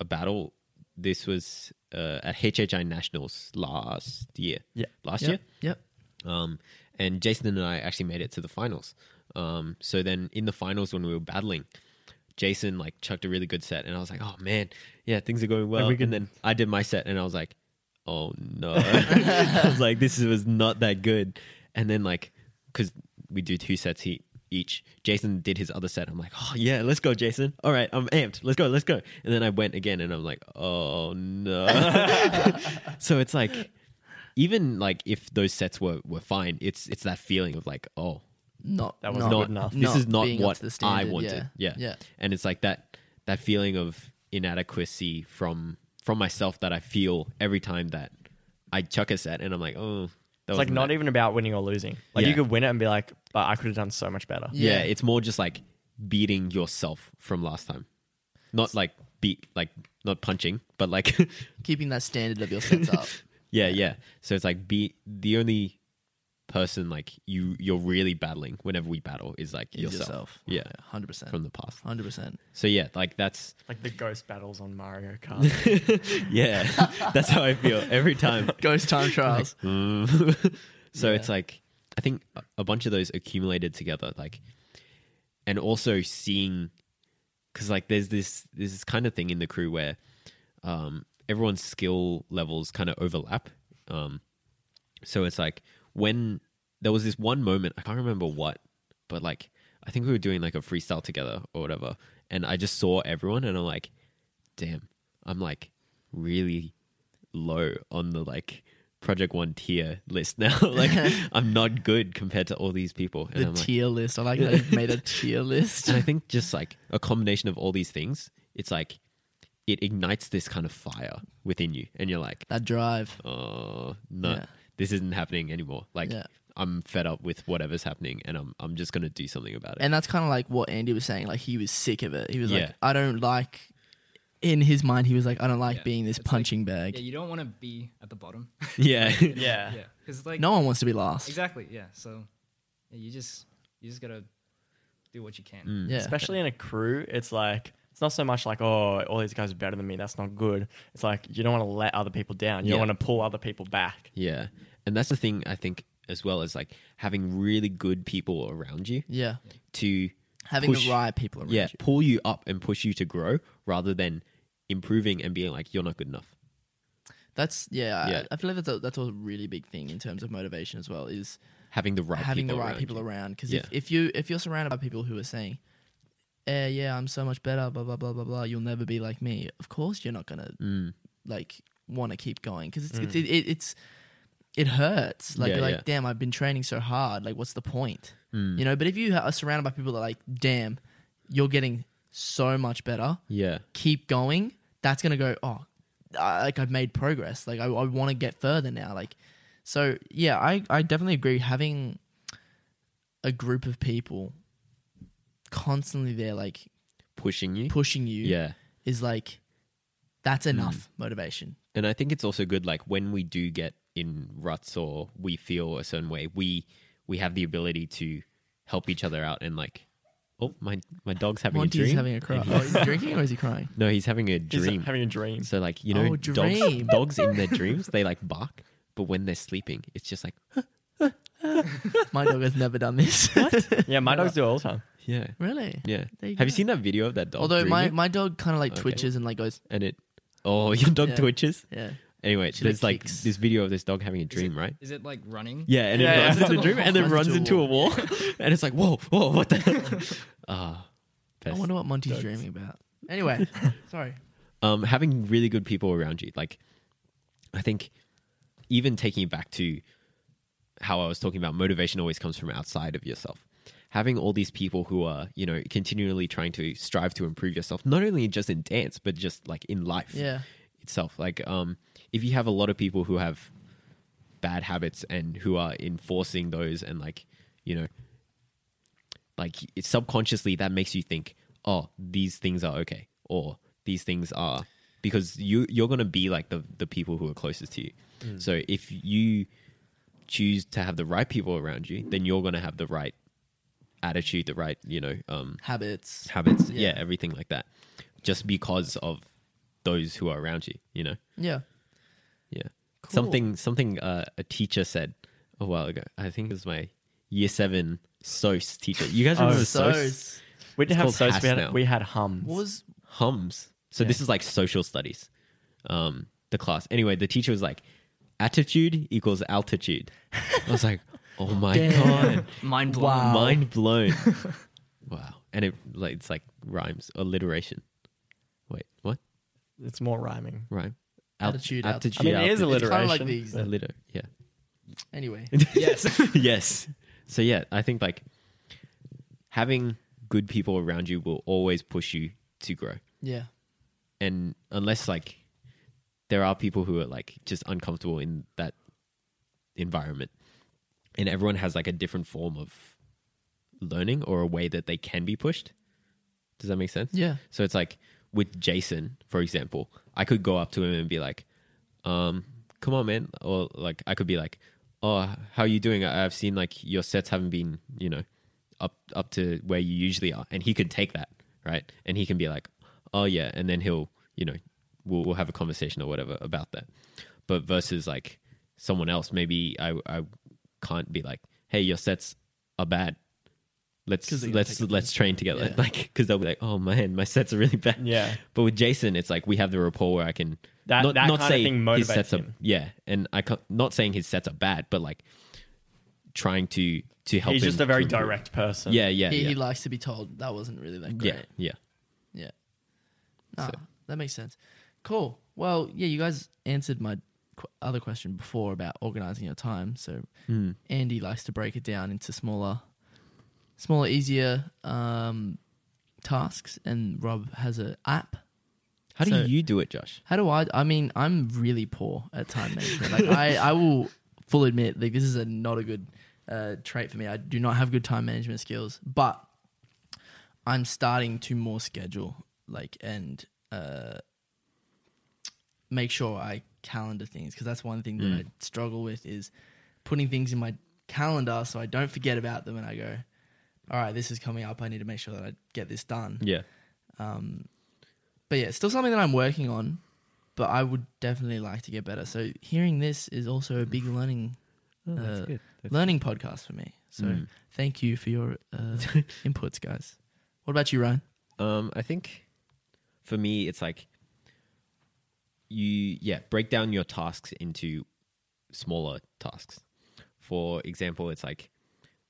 A: a battle. This was uh, at HHI Nationals last year.
D: Yeah.
A: Last year.
C: Yep. Yep.
A: Um, and Jason and I actually made it to the finals. Um, so then in the finals when we were battling, Jason like chucked a really good set, and I was like, "Oh man, yeah, things are going well."
D: we can-
A: And then I did my set, and I was like, "Oh no!" I was like, "This was not that good." And then like, because we do two sets he- each, Jason did his other set. I'm like, "Oh yeah, let's go, Jason! All right, I'm amped. Let's go, let's go." And then I went again, and I'm like, "Oh no!" so it's like even like if those sets were were fine, it's it's that feeling of like, oh,
C: Not
D: That was
C: not,
D: not good enough.
A: This is not
C: being up
A: what
C: to the
A: I
C: standard.
A: wanted. Yeah.
C: Yeah.
A: and it's like that that feeling of inadequacy from from myself that I feel every time that I chuck a set, and I'm like, oh, that
D: It's like
A: wasn't
D: not
A: that.
D: even about winning or losing. Like you
A: Yeah.
D: could win it and be like, but I could have done so much better.
A: Yeah.
C: Yeah.
A: it's more just like beating yourself from last time, not like beat like not punching, but like
C: Keeping that standard of your sets up.
A: yeah, yeah. So it's like be the only person like you you're really battling whenever we battle is like
C: Is
A: yourself.
C: yourself.
A: Yeah.
C: Hundred percent.
A: From the past.
C: Hundred percent.
A: So yeah, like that's
D: Like the ghost battles on Mario Kart.
A: yeah, that's how I feel every time.
C: Ghost time trials.
A: Mm. so it's like I think a- a bunch of those accumulated together, like, and also seeing because like there's this there's this kind of thing in the crew where um, everyone's skill levels kind of overlap. Um, so it's like when there was this one moment I can't remember what, but like I think we were doing like a freestyle together or whatever, and I just saw everyone and I'm like, damn, I'm like really low on the like project one tier list now like i'm not good compared to all these people and
C: the
A: i'm like
C: tier list. I like that you've made a tier list.
A: and I think just like a combination of all these things, it's like it ignites this kind of fire within you, and you're like,
C: That drive.
A: oh no,
C: Yeah.
A: this isn't happening anymore. Like
C: Yeah.
A: I'm fed up with whatever's happening, and I'm I'm just gonna do something about it.
C: And that's kind of like what Andy was saying. Like he was sick of it. He was like,
A: Yeah.
C: I don't like. In his mind, he was like, I don't like being this
B: It's like-
C: punching bag.
B: Yeah, you don't want to be at the bottom.
A: yeah,
D: yeah.
B: yeah, because like
C: no one wants to be last.
B: exactly. Yeah, so yeah, you just you just gotta do what you can.
A: Mm.
C: Yeah.
D: Especially in a crew, it's like it's not so much like, oh, all these guys are better than me, that's not good. It's like you don't want to let other people down. You
A: Yeah.
D: don't want to pull other people back.
A: yeah. And that's the thing I think as well as like having really good people around you
C: Yeah.
A: to
C: Having
A: push-
C: the right people around
A: yeah,
C: you.
A: pull you up and push you to grow rather than improving and being like you're not good enough.
C: That's yeah.
A: Yeah.
C: I, I feel like that's a, that's a really big thing in terms of motivation as well. Is
A: Having the right
C: having
A: people
C: the right
A: around
C: people
A: you.
C: around. Because
A: Yeah.
C: if, if you if you're surrounded by people who are saying, eh, "Yeah, I'm so much better," blah blah blah blah blah, you'll never be like me. Of course, you're not gonna
A: Mm.
C: like want to keep going because it's, it's it, it, it's it hurts. Like
A: Yeah,
C: you're like,
A: yeah. Mm.
C: damn, I've been training so hard. Like, what's the point? You know. But if you are surrounded by people that are like, damn, you're getting so much better
A: Yeah,
C: keep going, that's gonna go. Oh, I, like I've made progress. Like I, I want to get further now. Like, so yeah, I I definitely agree. Having a group of people constantly there, like
A: pushing you.
C: pushing you,
A: yeah. Hmm.
C: is like that's enough motivation.
A: and I think it's also good like when we do get in ruts or we feel a certain way, we we have the ability to help each other out and like, oh my my dog's having a
C: Monty's
A: dream.
C: having a cry. Oh, is he drinking or is he crying?
A: no, he's having a
D: He's
A: dream.
D: having a dream.
A: so like you know,
C: Oh,
A: dogs
C: dream.
A: dogs in their dreams they like bark, but when they're sleeping, it's just like
C: My dog has never done this.
D: Yeah, my dogs do it all the time.
A: yeah
C: really?
A: yeah.
C: There you
A: Have you
C: go.
A: seen that video of that dog?
C: Although my,
A: dreaming?
C: my dog kind of like
A: Okay.
C: twitches and like goes,
A: and it oh your dog
C: Yeah.
A: twitches.
C: yeah.
A: Anyway,
C: She, like,
A: there's like
C: kicks.
A: this video of this dog having a dream, right?
B: Is it like running?
A: Yeah, and
D: Yeah,
A: it
D: yeah.
A: runs into a dream and then
C: Runs
A: runs
C: into
A: into
C: a
A: a wall, and it's like, whoa, whoa, what the? Ah,
C: I
A: best.
C: wonder what Monty's dreaming about. Anyway, sorry.
A: um, having really good people around you, like, I think, even taking it back to how I was talking about, motivation always comes from outside of yourself. Having all these people who are, you know, continually trying to strive to improve yourself, not only just in dance, but just like in life
C: Yeah.
A: itself. Like, um, if you have a lot of people who have bad habits and who are enforcing those, and like, you know, like it's subconsciously that makes you think, oh, these things are okay, or these things are because you you're gonna be like the the people who are closest to you. So if you choose to have the right people around you, then you're gonna have the right attitude, the right you know um,
C: Habits.
A: habits, yeah.
C: Yeah.
A: everything like that, just because of those who are around you. You know,
C: Yeah.
A: yeah.
C: Cool.
A: Something something uh, a teacher said a while ago. I think it was my year seven SOS teacher. You
C: Oh,
A: guys remember
C: so,
A: SOS?
D: We didn't
A: called
D: have soaps. We
A: Hass
D: had,
A: now.
D: we had hums.
C: what was
A: hums. So this is like social studies, um, the class. Anyway, the teacher was like, attitude equals altitude. I was like, oh my god,
B: Mind blowing.
C: Wow.
A: mind blown. wow, and it like it's like rhymes alliteration. Wait, what
D: It's more rhyming.
A: rhyme?
C: Attitude, alt-
A: altitude.
D: I mean, it
A: altitude.
C: It's
D: is alliteration.
C: kind of like these.
A: Alliter- yeah.
C: Anyway.
A: Yes. yes. So yeah, I think like having good people around you will always push you to grow.
C: Yeah.
A: and unless like there are people who are like just uncomfortable in that environment and everyone has like a different form of learning or a way that they can be pushed does that make sense
C: Yeah.
A: so it's like with jason for example i could go up to him and be like um come on man or like i could be like oh how are you doing I- i've seen like your sets haven't been you know up up to where you usually are and he could take that right and he can be like oh yeah and then he'll you know we'll, we'll have a conversation or whatever about that but versus like someone else maybe i i can't be like hey your sets are bad let's
C: 'Cause they're gonna
A: let's
C: take it.
A: let's train together
C: Yeah.
A: like because they'll be like oh man my sets are really bad
D: Yeah.
A: but with jason it's like we have the rapport where i can
D: That-
A: not,
D: that
A: not
D: kind of
A: say
D: thing
A: his
D: motivates
A: sets are
D: him.
A: yeah and i can't, not saying his sets are bad but like trying to to help
D: He's
A: him
D: just a very
A: to improve.
D: direct person.
A: yeah yeah
C: He,
A: yeah
C: he likes to be told that wasn't really that great.
A: yeah yeah
C: Yeah. Nah, that makes sense. Cool. Well, yeah, you guys answered my qu- other question before about organizing your time. So Andy likes to break it down into smaller, smaller, easier um, tasks, and Rob has an app.
A: how do
C: So-
A: you do it josh
C: How do I? I mean, I'm really poor at time management. Like, I, I will full admit, like, this is a not a good uh, trait for me. I do not have good time management skills, but I'm starting to more schedule, like, and uh, make sure I calendar things because that's one thing that I struggle with is putting things in my calendar so I don't forget about them and I go, all right, this is coming up. I need to make sure that I get this done.
A: yeah
C: But yeah, it's still something that I'm working on, but I would definitely like to get better. So hearing this is also a big learning uh, learning podcast for me. So thank you for your uh, inputs, guys. What about you, Ryan?
A: Um, I think for me, it's like you, yeah, break down your tasks into smaller tasks. For example, it's like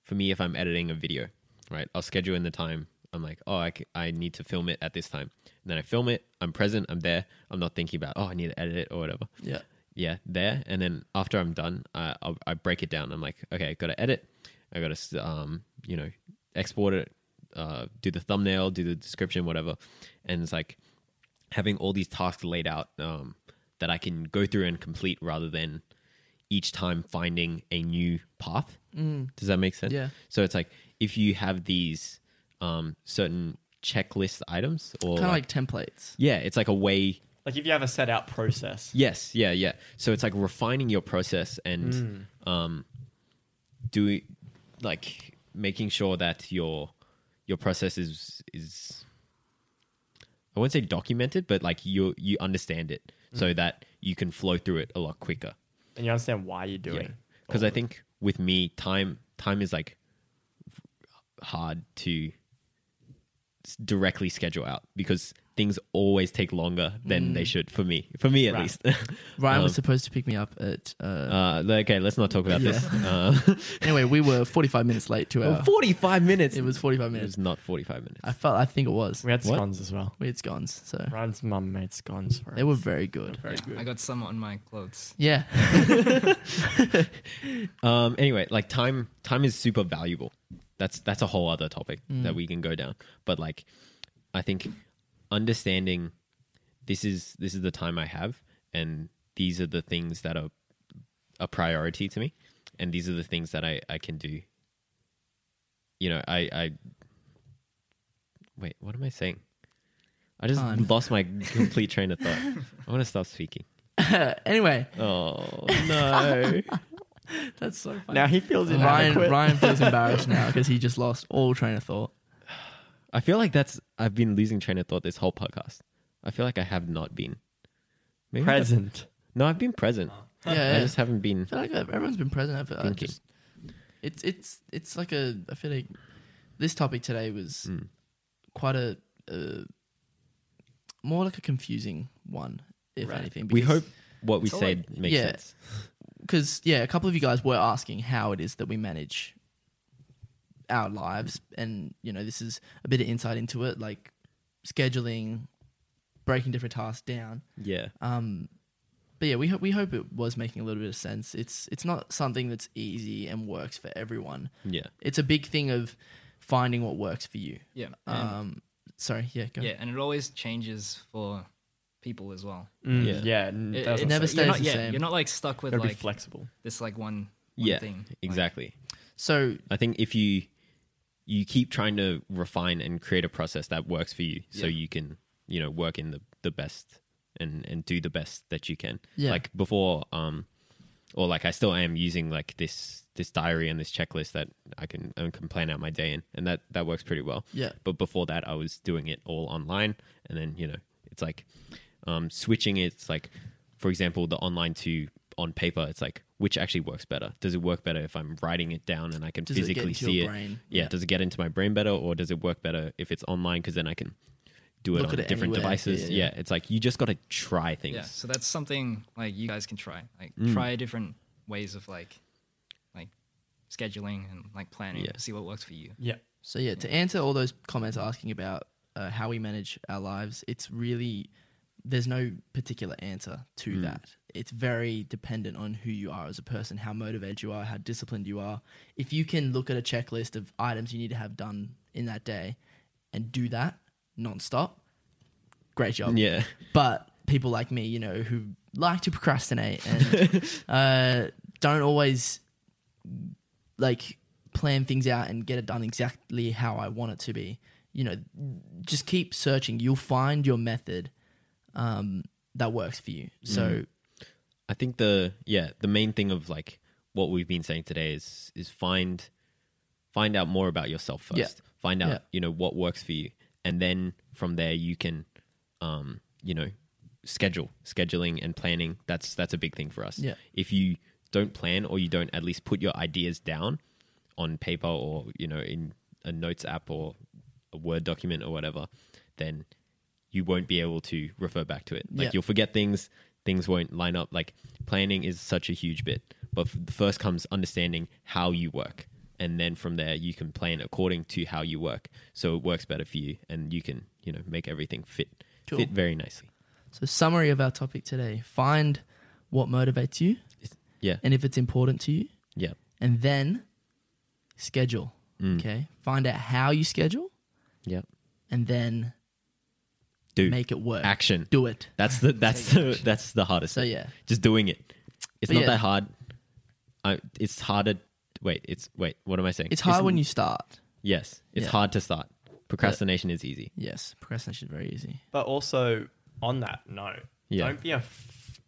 A: for me, if I'm editing a video, right, I'll schedule in the time. I'm like, oh, I, c- I need to film it at this time. And then I film it. I'm present. I'm there. I'm not thinking about, oh, I need to edit it or whatever
C: Yeah,
A: yeah, there. And then after I'm done, I I'll, I break it down. I'm like, okay, got to edit. I got to um, you know, export it, uh, do the thumbnail, do the description, whatever. And it's like having all these tasks laid out um, that I can go through and complete rather than each time finding a new path. Does that make sense?
C: Mm. Yeah.
A: So it's like if you have these um, certain checklist items or
C: kind of like templates.
A: yeah, it's like a way
D: Like if you have a set out process.
A: Yes, yeah, yeah. So it's like refining your process and um, do like making sure that your your process is is I won't say documented, but like you you understand it so that you can flow through it a lot quicker.
D: and you understand why you're doing.
A: Because
D: all
A: I
D: of it.
A: think with me, time time is like f- hard to s- directly schedule out because things always take longer than they should for me. For me, at
D: Right.
A: least.
C: Ryan
A: Um,
C: was supposed to pick me up at. Uh,
A: Uh, okay, let's not talk about this.
C: anyway, we were 45 minutes late to
A: Uh,
C: our.
A: forty-five minutes.
C: It was 45
A: It
C: minutes.
A: was not forty-five minutes.
C: I felt. I think it was.
D: we had
A: What?
D: scones as well.
C: We had scones, so
D: Ryan's mum made scones for
C: they
D: us.
C: were very good.
D: very good.
B: I got some on my clothes.
C: Yeah.
A: Um. Anyway, like time. Time is super valuable. That's that's a whole other topic that we can go down. But like, I think understanding this is this is the time I have, and these are the things that are a priority to me, and these are the things that I I can do. You know, I I. Wait, what am I saying? I just
C: Time.
A: lost my complete train of thought. I want to stop speaking.
C: anyway,
A: Oh no!
C: that's so funny.
D: Now he feels
C: Ryan,
D: inadequate.
C: Ryan feels embarrassed now because he just lost all train of thought.
A: I feel like that's I've been losing train of thought this whole podcast. I feel like I have not been Maybe I've-
D: Present.
A: No, I've been present.
C: Yeah,
A: I
C: yeah.
A: just haven't been.
C: I feel like everyone's been present. I feel, I
A: Thinking.
C: just, it's it's it's like a. I feel like this topic today was quite a, a more like a confusing one, if
D: Right.
C: anything.
A: We
C: because-
A: hope what we
B: It's all
A: said makes
C: yeah.
A: sense.
C: because yeah, a couple of you guys were asking how it is that we manage our lives, and you know, this is a bit of insight into it, like scheduling, breaking different tasks down.
A: Yeah,
C: Um, but yeah, we hope we hope it was making a little bit of sense. It's it's not something that's easy and works for everyone.
A: yeah.
C: It's a big thing of finding what works for you.
B: Yeah.
A: Uh,
B: And,
C: Um, sorry, yeah, go.
B: yeah, and it always changes for people as well.
D: Mm,
A: Yeah.
D: yeah. n-
B: It,
D: that
B: it's-
D: was what I
C: never
D: said.
C: stays
B: you're not,
C: the
B: yeah,
C: same.
B: You're not like stuck with
D: Gotta be
B: like
D: flexible.
B: this like one, one
A: yeah,
B: thing. Like,
A: exactly.
C: So
A: I think if you you keep trying to refine and create a process that works for you, so
B: Yeah.
A: you can you know work in the the best and and do the best that you can.
C: Yeah.
A: Like before, um, or like I still am using like this this diary and this checklist that I can I can plan out my day in, and that that works pretty well.
C: Yeah.
A: But before that, I was doing it all online, and then you know it's like um, switching. It's like, for example, the online to on paper. It's like which actually works better. Does it work better if I'm writing it down and I can
C: Does it get
A: physically
C: into
A: see
C: your
A: it?
C: brain?
A: Yeah.
C: Yeah.
A: Does it get into my brain better, or does it work better if it's online? Because then I can do it
C: Look
A: on
C: at it
A: different
C: anywhere.
A: devices.
C: Yeah, yeah,
A: yeah. It's like you just got to try things.
B: Yeah. So that's something like you guys can try. Like try different ways of like like scheduling and like planning
A: Yeah.
B: to see what works for you.
D: Yeah.
C: So yeah, to answer all those comments asking about uh, how we manage our lives, it's really there's no particular answer to that. It's very dependent on who you are as a person, how motivated you are, how disciplined you are. If you can look at a checklist of items you need to have done in that day and do that nonstop, great job.
A: Yeah.
C: But people like me, you know, who like to procrastinate and uh, don't always like plan things out and get it done exactly how I want it to be. You know, just keep searching. You'll find your method um, that works for
A: Mm.
C: you. So
A: I think the yeah the main thing of like what we've been saying today is is find find out more about yourself first.
C: Yeah.
A: Find out
C: Yeah.
A: you know what works for you, and then from there you can um, you know schedule scheduling and planning. That's that's a big thing for us.
C: Yeah.
A: If you don't plan or you don't at least put your ideas down on paper or you know in a notes app or a word document or whatever, then you won't be able to refer back to it. Like
C: Yeah.
A: you'll forget things, things won't line up. Like planning is such a huge bit, but f- first comes understanding how you work, and then from there you can plan according to how you work, so it works better for you, and you can you know make everything fit
C: Cool.
A: fit very nicely.
C: so summary of our topic today: find what motivates you
A: Yeah,
C: and if it's important to you,
A: yeah, Mm.
C: and then schedule. Okay, find out how you schedule
A: yeah.
C: and then
A: Do
C: make it work.
A: action.
C: Do it.
A: That's the that's the that's the hardest.
C: So
A: thing.
C: yeah,
A: just doing it. It's
C: But
A: not
C: yeah.
A: that hard. I, it's harder. Wait, it's wait. What am I saying?
C: it's hard when you start.
A: Yes, it's
C: Yeah.
A: hard to start. Procrastination is easy.
C: Yes, procrastination is very easy.
D: But also, on that note,
A: Yeah.
D: don't be af-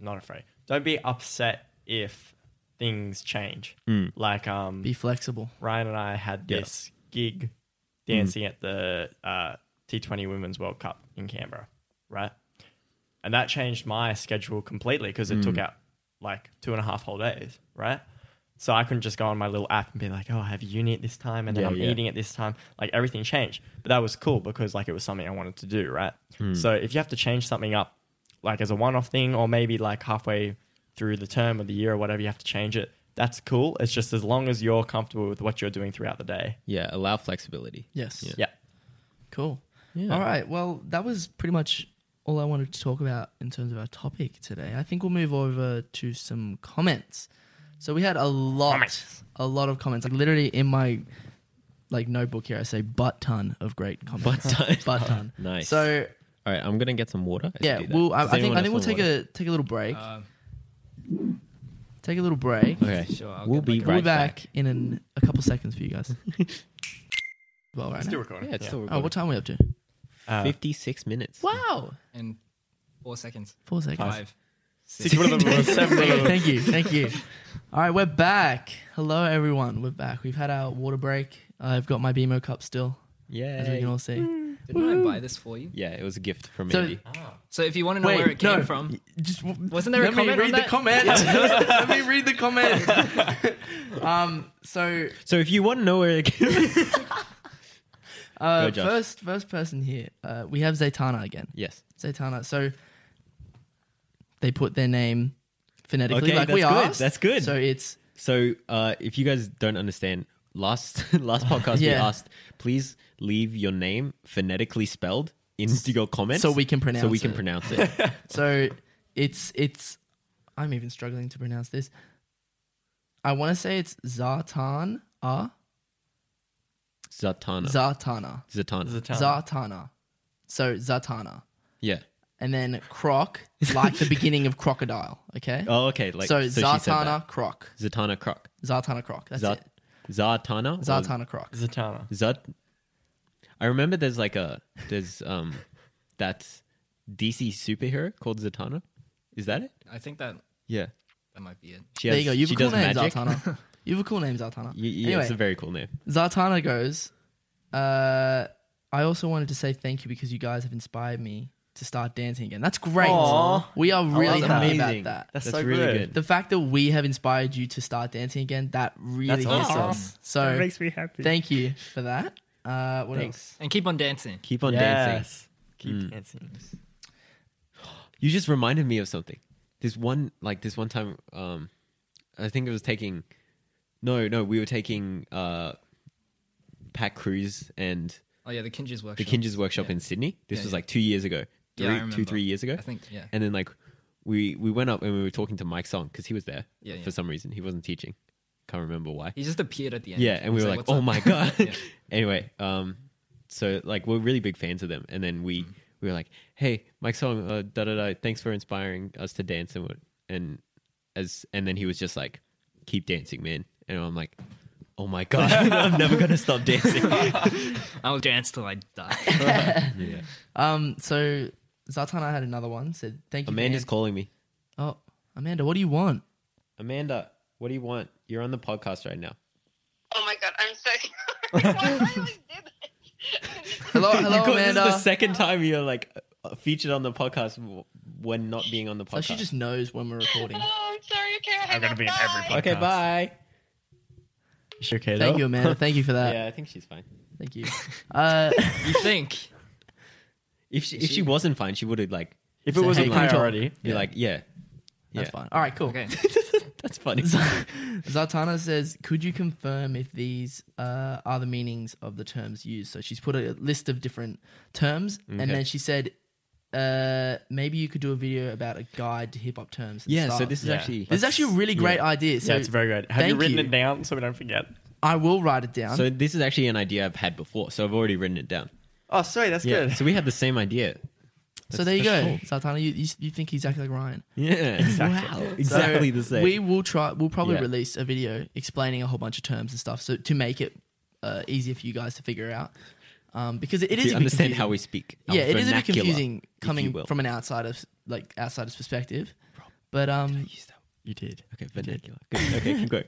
D: not afraid. Don't be upset if things change. Like um,
C: Mm. Be Mm. flexible.
D: Ryan and I had
A: Yeah.
D: this gig dancing at the uh, T20 Women's World Cup in Canberra, right? And that changed my schedule completely because it
A: Mm.
D: took out like two and a half whole days, right? So I couldn't just go on my little app and be like, oh, I have uni at this time and then
A: Yeah,
D: I'm
A: yeah.
D: eating at this time. Like everything changed. But that was cool because like it was something I wanted to do, right?
A: Hmm.
D: So if you have to change something up, like as a one off thing or maybe like halfway through the term of the year or whatever, you have to change it. That's cool. It's just as long as you're comfortable with what you're doing throughout the day.
A: Yeah, allow flexibility.
C: Yes.
A: Yeah.
D: Yeah.
C: Cool.
A: Yeah.
C: All right. Well, that was pretty much all I wanted to talk about in terms of our topic today. I think we'll move over to some comments. So we had a lot, a lot of comments. Like literally in my like notebook here, I say butt ton of great comments.
A: Butt ton.
C: butt ton.
A: Nice.
C: So
A: All right, I'm gonna get some water. as you
C: yeah,
A: do that.
C: we'll. I,
A: Does
C: I think
A: anyone
C: I think we'll
A: else
C: take
A: want water?
C: a take a little break.
B: Uh,
C: take a little break.
A: Okay,
B: Sure, I'll
A: we'll
B: get
A: be
B: my
A: right
C: we'll be back, in an, a couple seconds for you guys. well, right now.
D: recording.
A: Yeah, it's still
C: Oh,
A: recording.
C: what time are we up to?
D: Uh,
A: 56 minutes.
C: Wow,
B: in four seconds.
C: four seconds.
B: Five.
D: Six one of them was seven of them.
C: thank you, thank you. All right, we're back. Hello, everyone. We're back. We've had our water break. I've got my BMO cup still, as we can
A: Yeah.
C: all see.
B: Didn't I buy this for you?
A: Yeah, it was a gift from
C: So-
A: Andy.
B: So if you want to know where it came from,
C: Just,
B: Wasn't there a
C: let
B: comment
C: me
B: on
C: read
B: that?
C: the comment. let me read the comment. um, so
A: So if you want to know where it came
C: uh,
A: Go, Josh.
C: first, first person here. Uh, we have Zaytana again.
A: Yes.
C: Zaytana. So they put their name phonetically,
A: Okay,
C: like
A: that's
C: we
A: good.
C: asked.
A: That's good.
C: So it's
A: So uh, if you guys don't understand, last last podcast we
C: Yeah.
A: asked, please leave your name phonetically spelled into your comments.
C: so we can
A: So we
C: pronounce
A: can
C: it.
A: pronounce it.
C: So it's it's I'm even struggling to pronounce this. I want to say it's Zartan ah
A: Zatana.
C: Zartana
A: Zatana.
C: Zartana. So Zartana.
A: yeah.
C: And then croc like the beginning of crocodile, okay?
A: Oh, okay. Like
C: so,
A: she said
C: Zartana croc.
A: that. Zatana Croc.
C: Zartana croc. That's
A: Zat-
C: it.
A: Zatana. or
C: Zartana croc.
D: Zatanna.
A: Zat. I remember there's like a there's um that DC superhero called Zatanna. Is that it?
B: I think that
A: Yeah.
B: that might be it.
A: She
C: there
A: has-
C: you go. You have
A: she
C: a cool
A: does
C: name,
A: magic.
C: Zartana. You have a cool name, Zartana.
A: Y- yeah,
C: anyway,
A: it's a very cool name.
C: Zartana goes, uh, I also wanted to say thank you because you guys have inspired me to start dancing again. That's great.
D: Aw.
C: We are really
D: love
C: happy
A: Amazing.
C: about that.
D: That's
A: That's,
D: so
A: really
D: good.
A: good.
C: The fact that we have inspired you to start dancing again, that really
D: That's
C: gets
D: awesome.
C: us. So makes me happy. Thank you for that. Uh, what
A: Thanks.
B: And keep on dancing.
A: Keep on dancing.
D: Yes. Keep
C: Mm.
D: dancing.
A: You just reminded me of something. This one, like this one time, um, I think it was taking. No, no, we were taking uh, Pat Cruz and
B: Oh yeah, the Kinjis workshop.
A: the Kinjas workshop
B: Yeah.
A: in Sydney. This
B: Yeah,
A: was
B: yeah.
A: like two years ago, three,
B: Yeah, I
A: two,
B: remember.
A: three years ago.
B: I think, yeah.
A: And then like we we went up and we were talking to Mike Song because he was there
B: Yeah, yeah.
A: for some reason. He wasn't teaching. Can't remember why.
B: He just appeared at the end.
A: Yeah, and we
B: He's
A: were like,
B: "What's
A: "Oh
B: up?"
A: my god!"
B: Yeah.
A: anyway, um, so like we're really big fans of them, and then
B: Mm-hmm.
A: we we were like, "Hey, Mike Song, uh, da da da, thanks for inspiring us to dance," and what and as and then he was just like, "Keep dancing, man," and I'm like, "Oh my god, I'm never gonna stop dancing."
B: I'll dance till I die.
A: yeah.
C: Um, so Zartana had another one. Said thank you. for
A: Amanda's
C: ans-
A: calling me.
C: Oh, Amanda, what do you want?
A: Amanda, what do you want? You're on the podcast right now.
F: Oh my god, I'm so sorry. Why do I always do this?
C: Hello, hello,
A: Because
C: Amanda.
A: This is the second time you're like uh, featured on the podcast w- when not being on the
C: so
A: podcast.
C: Oh, she just knows when we're recording.
F: oh, I'm sorry. Okay, I
D: I'm gonna
F: up.
D: be in every
F: Bye.
D: podcast.
A: okay, bye.
D: Is she okay,
C: Thank
D: though?
C: you, Amanda. Thank you for that.
A: yeah, I think she's fine.
C: Thank you. Uh,
B: you think?
A: If she, if she
B: she-
A: wasn't fine, she would have like
D: If it
C: So
D: was
C: hey,
D: a
C: can we talk?
D: priority,
A: be like, yeah, yeah,
C: that's fine. All right, cool.
B: Okay.
A: that's funny.
C: Zartana says, "Could you confirm if these uh, are the meanings of the terms used?" So she's put a list of different terms, and
A: Okay.
C: then she said, uh, "Maybe you could do a video about a guide to hip hop terms." and
A: yeah, so
C: styles."
A: this is
D: Yeah.
A: actually
C: this is actually a really great idea. So
D: yeah, it's very good. Have you
C: thank
D: written
C: you.
D: it down so we don't forget?
C: I will write it down.
A: so this is actually an idea I've had before, so I've already written it down.
D: Oh, sorry, that's
A: Yeah,
D: good.
A: so we had the same idea.
C: So there you go, Zartana. You, you you think he's acting like Ryan?
A: Yeah,
C: Exactly.
A: wow, exactly the same.
C: We will try. We'll probably
A: Yeah.
C: release a video explaining a whole bunch of terms and stuff, so to make it uh, easier for you guys to figure out. um, because it, it
A: to
C: is a bit
A: understand
C: confusing.
A: how we speak. our
C: yeah, it is a bit
A: vernacular,
C: confusing
A: if
C: coming
A: you will.
C: from an outsider's like outsider's perspective. But um,
A: You did. Okay, vernacular. Good. Okay, keep going.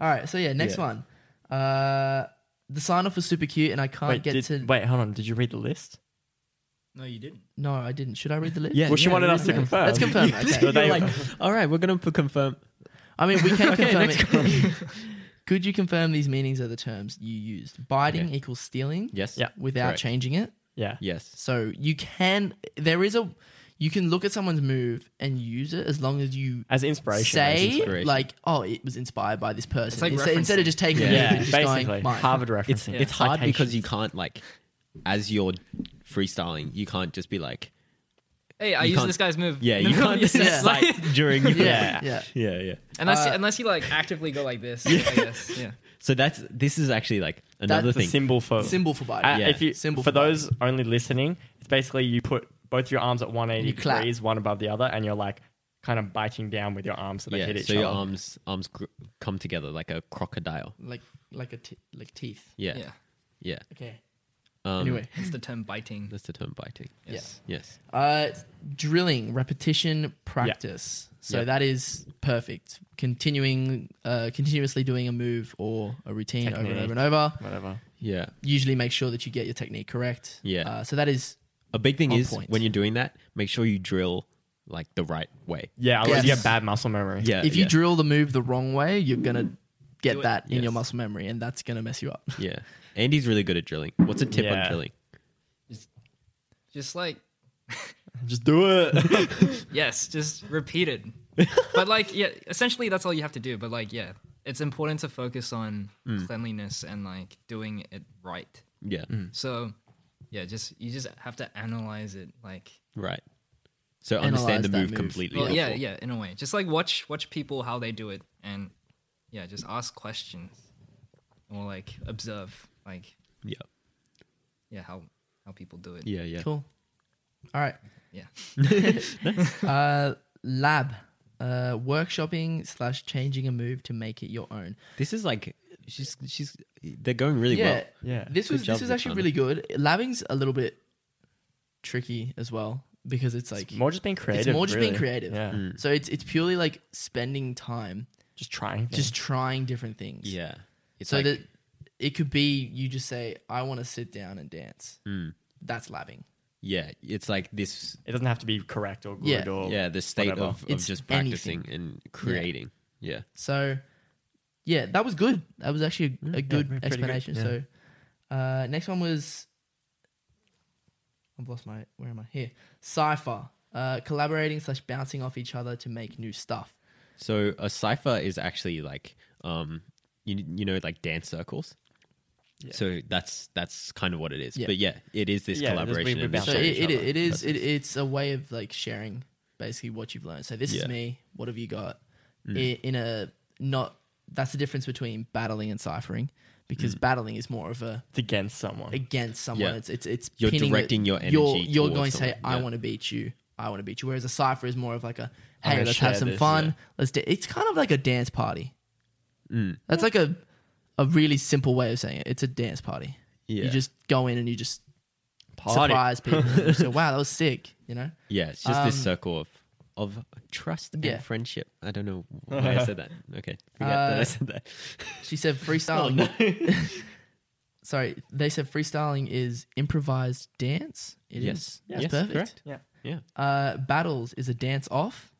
C: all right, so yeah, next
D: Yeah.
C: one. Uh, the sign off was super cute, and I can't
D: Wait,
C: get
D: did,
C: to.
D: wait, hold on. Did you read the list?
B: No, you didn't.
C: No, I didn't. Should I read the list?
A: Yeah,
D: Well, she
A: yeah,
D: wanted
A: yeah,
D: us to
A: yeah.
D: confirm.
C: Let's confirm.
A: You're
C: Okay.
D: There you
A: like, all right, we're gonna put confirm.
C: I mean, we can confirm
A: next
C: it. Could you confirm these meanings of the terms you used? Biting
A: Okay.
C: equals stealing
A: Yes.
D: Yeah.
C: without
A: Correct.
C: changing it.
D: Yeah.
A: Yes.
C: So you can. There is a. You can look at someone's move and use it as long as you
D: As inspiration.
C: say
A: inspiration.
C: like, "Oh, it was inspired by this person."
B: It's like
C: instead, instead of
B: referencing.
C: just taking
A: Yeah.
C: it,
D: Yeah,
C: and just
D: basically.
C: going, "Mine."
D: Harvard
A: It's
D: reference.
A: it's hard because you can't like, as you're freestyling, you can't just be like,
B: Hey, I
A: You
B: use
A: can't-
B: this guy's move.
A: yeah,
B: No,
A: you
B: no,
A: can't
B: yes,
A: just like during your
C: Yeah, yeah.
A: yeah yeah.
B: unless
C: Uh,
B: unless you like actively go like this. Yeah. I guess. Yeah.
A: So that's this is actually like another
D: It's a
A: thing.
D: symbol for.
C: Symbol for biting.
D: Uh,
A: Yeah.
D: If you
C: Symbol
D: for
C: for biting.
D: those only listening, it's basically you put both your arms at 180
C: You clap.
D: degrees, one above the other, and you're like kind of biting down with your arms so they
A: yeah,
D: hit each
A: so
D: other.
A: your arms arms gr- come together like a crocodile.
C: Like like a t- like teeth.
A: Yeah,
B: Yeah.
A: yeah.
C: Okay.
A: Um,
C: Anyway,
B: It's the term biting.
A: that's the term biting.
B: Yes.
A: Yes.
C: uh, drilling, repetition, practice. So
A: Yeah.
C: that is perfect. Continuing, uh, continuously doing a move or a routine over and
D: Technique.
C: over and over.
D: Whatever.
A: Yeah.
C: Usually make sure that you get your technique correct.
A: Yeah.
C: Uh, so that is
A: A big thing
C: On
A: is
C: point.
A: when you're doing that, make sure you drill like the right way.
D: Yeah, otherwise you
C: Yes.
D: get bad muscle memory.
A: Yeah.
C: if
A: Uh,
C: you
A: yeah,
C: drill the move the wrong way, you're gonna get
B: Do it.
C: that in
A: Yes.
C: your muscle memory, and that's gonna mess you up.
A: Yeah. Andy's really good at drilling. What's a tip
D: Yeah.
A: on drilling?
B: Just like
D: Just do it.
B: yes, just repeat it. but like yeah, essentially that's all you have to do. But like yeah, it's important to focus on
A: Hmm.
B: cleanliness and like doing it right.
A: Yeah.
B: So yeah, just you just have to analyze it like
A: Right. So
C: Analyze
A: understand the
C: that
A: move,
C: move.
A: completely.
B: well, yeah,
A: before-
B: yeah, in a way. Just like watch watch people how they do it and yeah, just ask questions or like observe like
A: Yeah.
B: yeah, how how people do it.
A: Yeah. Yeah.
C: Cool. All right.
B: Yeah.
C: Uh, lab. Uh, workshopping slash changing a move to make it your own.
A: This is like she's she's they're going really
C: yeah,
A: well.
D: yeah.
C: This
A: Good
C: was
A: job,
C: this was actually
A: Natana.
C: really good. Labbing's a little bit tricky as well because it's like
D: more just being creative.
C: more just being
D: really.
C: creative.
D: Yeah.
A: Mm.
C: so it's it's purely like spending time
D: Just trying. things.
C: just trying different things.
A: Yeah. It's
C: So
A: like,
C: that it could be you just say I want to sit down and dance.
A: Mm.
C: That's labbing.
A: yeah, it's like this
D: it doesn't have to be correct or good
C: Yeah.
D: or
A: yeah, the state
D: whatever.
A: of, of
C: It's
A: just
C: anything.
A: practicing and creating. Yeah.
C: So yeah, that was good. That was actually a, a good
D: pretty good,
C: explanation.
D: yeah.
C: So uh, next one was I've lost my where am I here? Cipher. Uh, collaborating slash bouncing off each other to make new stuff.
A: So a cipher is actually like um you you know like dance circles. So that's that's kind of what it is.
C: Yeah.
A: But yeah, it is this
D: Yeah, there's- we-
A: collaboration.
D: we
A: and
D: bounce
C: So
A: this-
D: off
C: it,
D: each
C: it,
D: other.
C: it is
A: That's-
C: it, it's a way of like sharing basically what you've learned. So this
A: Yeah.
C: is me. What have you got?
D: Mm.
C: I- In a not that's the difference between battling and ciphering
D: Mm.
C: because battling is more of a
D: it's against someone.
C: against someone.
A: Yeah.
C: It's it's it's
A: You're
C: pinning
A: directing your
C: You're
A: energy
C: you're
A: towards
C: going to say,
A: someone,
C: "I
A: yeah.
C: want to beat you. I want to beat you." Whereas a cipher is more of like a, "Hey,
D: I'm gonna
C: let's have
D: share
C: some
D: this,
C: fun.
D: yeah.
C: Let's do." It's kind of like a dance party.
A: Mm.
C: That's like a a really simple way of saying it. It's a dance party.
A: Yeah.
C: You just go in and you just
D: Party.
C: surprise people. you just go, "Wow, that was sick!" You know.
A: yeah, it's just this
C: Um,
A: circle of of trust
C: Yeah.
A: and friendship. I don't know why I said that. Okay. Forget that I
C: Uh, oh,
A: said that.
C: She said freestyling.
A: Oh,
C: Sorry, they said freestyling is improvised dance. It is.
A: Yes.
C: That's
A: Yes,
C: perfect.
A: correct.
D: Yeah.
A: Yeah.
C: Uh, battles is a dance off.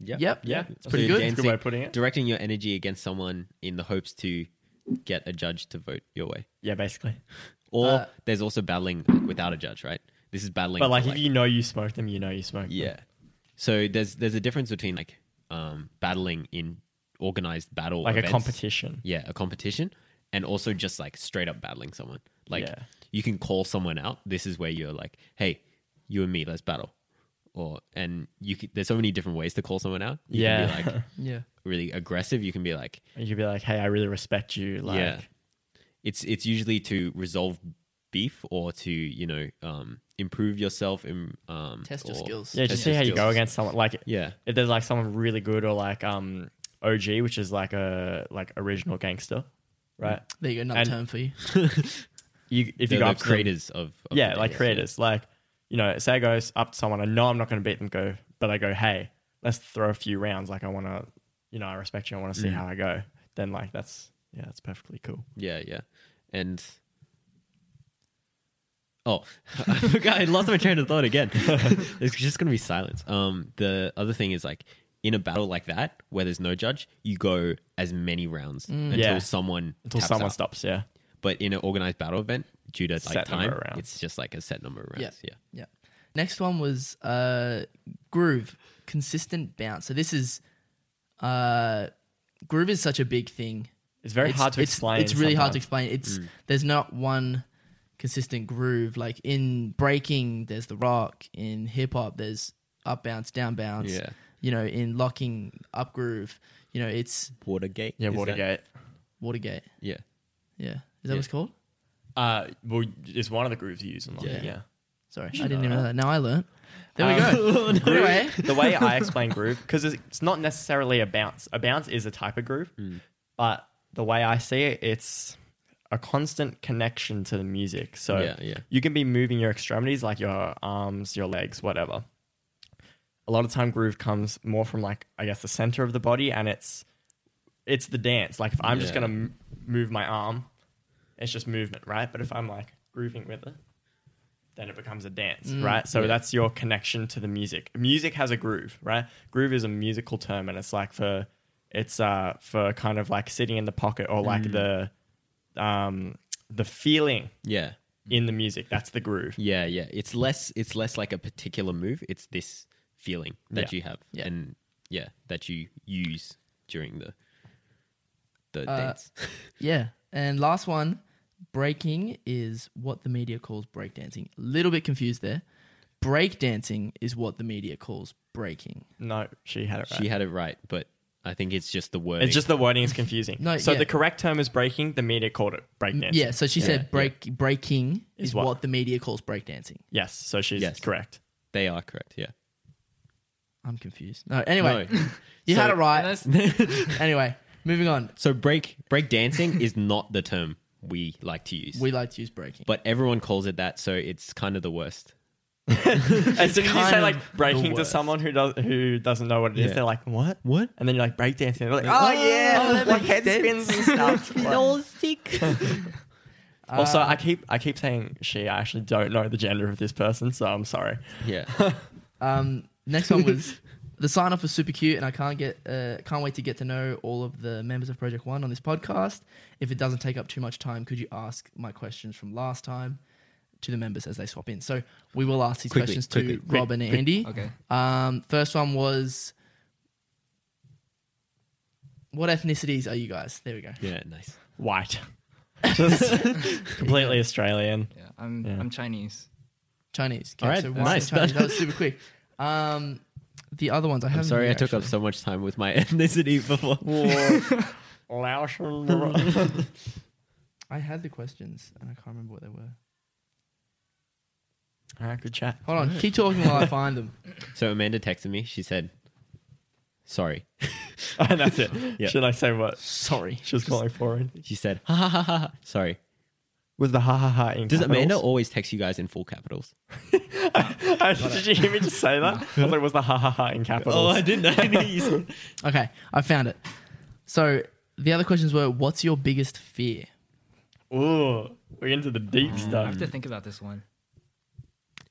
A: Yep.
C: Yep.
D: Yeah.
A: It's
D: That's
A: pretty
D: a
A: good.
D: That's a good way of putting it.
A: Directing your energy against someone in the hopes to get a judge to vote your way.
D: Yeah, basically.
A: Or
C: Uh,
A: there's also battling like, without a judge, right? This is battling.
D: But
A: for,
D: like, if you know you smoke them, you know you smoke
A: yeah.
D: them.
A: So there's there's a difference between like um, battling in organized battle,
D: Like
A: events.
D: a competition.
A: yeah, a competition, and also just like straight up battling someone. Like
D: Yeah.
A: you can call someone out. This is where you're like, hey, you and me, let's battle. Or and you can, there's so many different ways to call someone out. You
D: Yeah.
A: can be like
C: Yeah.
A: really aggressive. You can be like,
D: And you'd be like, hey, I really respect you. Like,
A: yeah, it's it's usually to resolve beef or to you know um, improve yourself, im- um,
C: Test your
A: or-
C: skills.
D: Yeah, just
A: Test
D: see
A: your
D: how you go
A: skills.
D: against someone. Like,
A: Yeah,
D: if there's like someone really good or like um OG, which is like a like original gangster, right?
C: There you go, another
D: And-
C: term for you.
D: you if
A: the, Mm.
D: you go
A: the
D: up to them-
A: creators of, of the
D: yeah, like
A: games,
D: creators, like you know, say I go s- up to someone, I know I'm not going to beat them, go, but I go, hey, let's throw a few rounds. Like I want to, you know, I respect you, I want to see
A: Mm.
D: how I go. Then like that's yeah, that's perfectly cool.
A: Yeah, yeah. And Oh, I forgot. I lost my train of thought again. There's just gonna be silence. Um, the other thing is like in a battle like that where there's no judge, you go as many rounds
C: Mm.
A: until
D: Yeah.
A: someone
D: Until
A: taps
D: someone
A: out.
D: stops. Yeah,
A: But in an organized battle event, due to like
D: Set number
A: time,
D: of rounds.
A: it's just like a set number of rounds. Yeah,
C: Yeah. Next one was uh, groove, consistent bounce. So this is uh, groove is such a big thing.
D: it's very hard to explain.
C: It's really hard to
D: sometimes. Mm.
C: explain. It's there's not one consistent groove. Like in breaking, there's the rock. In hip hop, there's up bounce, down bounce.
A: Yeah.
C: You know, in locking, up groove. You know, it's
A: Watergate.
D: Yeah,
A: is that-
D: Watergate.
C: Watergate.
A: Yeah,
C: Yeah. Is that what it's called?
D: Uh, well, it's one of the grooves you use in London.
C: Yeah.
D: Yeah.
C: Sorry, I didn't even know that. Now I learned. There
D: Um,
C: we go.
D: Groove-
C: Anyway.
D: the way I explain groove, because it's it's not necessarily a bounce. A bounce is a type of groove,
A: Mm.
D: but the way I see it, it's a constant connection to the music. So
A: Yeah, yeah.
D: you can be moving your extremities, like your arms, your legs, whatever. A lot of time, groove comes more from like I guess the center of the body, and it's it's the dance. Like if I'm just
A: Yeah.
D: gonna m- move my arm, it's just movement, right? But if I'm like grooving with it, then it becomes a dance,
A: Mm,
D: right? So that's your connection to the music. Music has a groove, right? Groove is a musical term, and it's like for it's uh for kind of like sitting in the pocket or like
A: Mm.
D: the um the feeling
A: yeah,
D: in the music. That's the groove.
A: yeah, yeah. It's less. It's less like a particular move. It's this feeling that
D: Yeah.
A: you have,
C: Yeah.
A: and yeah, that you use during the the
C: Uh,
A: dance.
C: Yeah. And last one, breaking is what the media calls breakdancing. A little bit confused there. Breakdancing is what the media calls breaking.
D: No, she had it right.
A: She had it right, but I think it's just the word.
D: it's just the wording is confusing.
C: No,
D: so
C: yeah.
D: the correct term is breaking. The media called it breakdancing.
C: Yeah, so she said break breaking is,
D: Is
C: what?
D: what?
C: the media calls breakdancing.
D: Yes. So she's
A: Yes.
D: correct.
A: they are correct. Yeah.
C: I'm confused. No, anyway.
A: No.
C: You had
A: So-
C: it right. anyway, moving on.
A: So break break dancing is not the term we like to use,
C: We like to use breaking.
A: but everyone calls it that, so it's kind of the worst.
D: As soon as you
C: kind
D: say
C: of
D: like
C: the
D: breaking to
C: worst.
D: someone who does who doesn't know what it is,
A: Yeah.
D: they're like, "What?
A: What?
D: And then you're like breakdancing. They're like, "Oh,
C: oh,
D: yeah,
C: that
D: like
C: makes
D: head spins and stuff." also, I keep I keep saying she. I actually don't know the gender of this person, so I'm sorry.
A: Yeah.
C: Um, next one was the sign off was super cute, and I can't get uh, can't wait to get to know all of the members of Project One on this podcast. If it doesn't take up too much time, could you ask my questions from last time to the members as they swap in? So we will ask these
A: Quickly,
C: questions
A: quickly,
C: to
A: quick,
C: Rob and Andy.
B: Okay.
C: Um, first one was. What ethnicities are you guys? There we go.
A: yeah. Nice.
D: White, just completely Australian.
B: Yeah, I'm
D: Yeah.
B: I'm Chinese.
C: Chinese.
A: All right,
C: one
A: nice.
C: Chinese. That was super quick. Um, the other ones I have.
A: I'm sorry I took up so much time with my ethnicity before.
D: Laotian.
C: I had the questions and I can't remember what they were.
D: All right, good chat.
C: Hold on, keep talking while I find them.
A: So Amanda texted me. She said, "Sorry."
D: and that's it.
A: Yeah.
D: Should I say what
C: Sorry.
D: she was calling for? it?
A: She said, "Ha ha ha ha." ha. Sorry.
D: Was the ha ha ha in
A: Does Amanda
D: capitals?
A: always text you guys in full capitals?
D: Did you hear me just say that? I was like, was the ha ha ha in capitals?
A: Oh, didn't know.
C: Okay, I found it. So the other questions were, what's your biggest fear?
D: Ooh, we're into the deep
B: Um, I
D: stuff.
B: have to think about this one.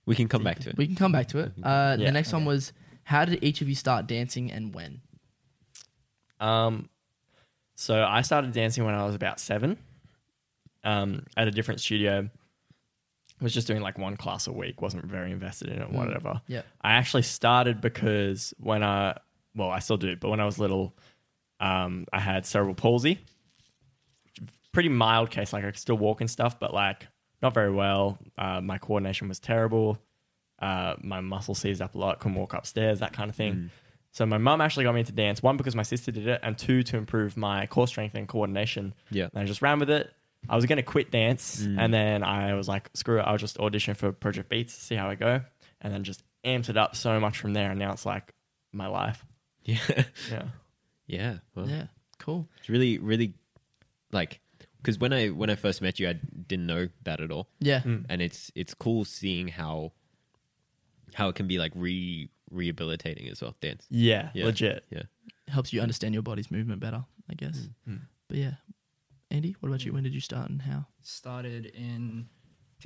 A: we can come back to it.
C: We can come back to it. Uh,
D: Yeah,
C: the next one was, how did each of you start dancing and when?
D: Um, so I started dancing when I was about seven. Um, at a different studio, was just doing like one class a week. wasn't very invested in it, whatever.
C: yeah.
D: I actually started because when I, well, I still do, but when I was little, um, I had cerebral palsy. Pretty mild case, like I could still walk and stuff, but like not very well. Uh, my coordination was terrible. Uh, my muscle seized up a lot, couldn't walk upstairs, that kind of thing. So my mum actually got me into dance. One because my sister did it, and two to improve my core strength and coordination.
A: Yeah.
D: and I just ran with it. I was gonna quit dance, and then I was like, "Screw it! I'll just audition for Project Beats, see how I go," and then just amped it up so much from there. And now it's like my life.
A: Yeah.
D: Yeah,
A: Yeah. Well,
C: Yeah, cool.
A: It's really, really like because when I when I first met you, I didn't know that at all,
C: Yeah.
A: and it's it's cool seeing how how it can be like re rehabilitating as well. Dance,
D: Yeah,
A: Yeah.
D: legit.
A: yeah.
C: helps you understand your body's movement better, I guess. But yeah. Andy, what about you? When did you start and how?
B: started in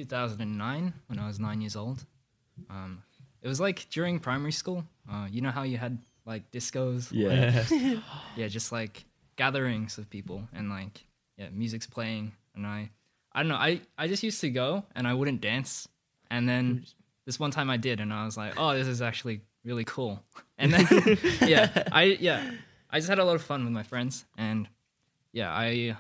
B: 2009 when I was nine years old. Um, it was like during primary school. Uh, you know how you had like discos?
A: Yeah.
B: yeah, just like gatherings of people and like yeah, music's playing and I I don't know, I, I just used to go and I wouldn't dance and then this one time I did and I was like, Oh, this is actually really cool. And then yeah, I yeah. I just had a lot of fun with my friends and yeah, I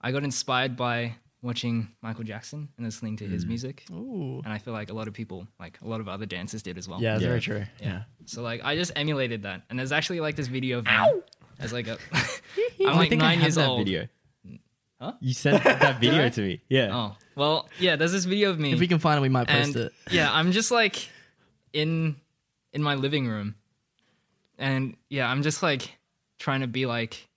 B: I got inspired by watching Michael Jackson and listening to his music.
C: Ooh.
B: And I feel like a lot of people, like a lot of other dancers did as well.
D: Yeah, it's
A: Yeah.
D: very true. Yeah.
B: So like I just emulated that, and there's actually like this video of me as like a I'm
A: I
B: like
A: think I
B: nine
A: have
B: years
A: that
B: old.
A: Video.
B: Huh?
A: You sent that video to me. Yeah.
B: Oh well, yeah. There's this video of me,
C: If we can find it, we might post
B: and
C: it.
B: yeah, I'm just like in in my living room, and yeah, I'm just like trying to be like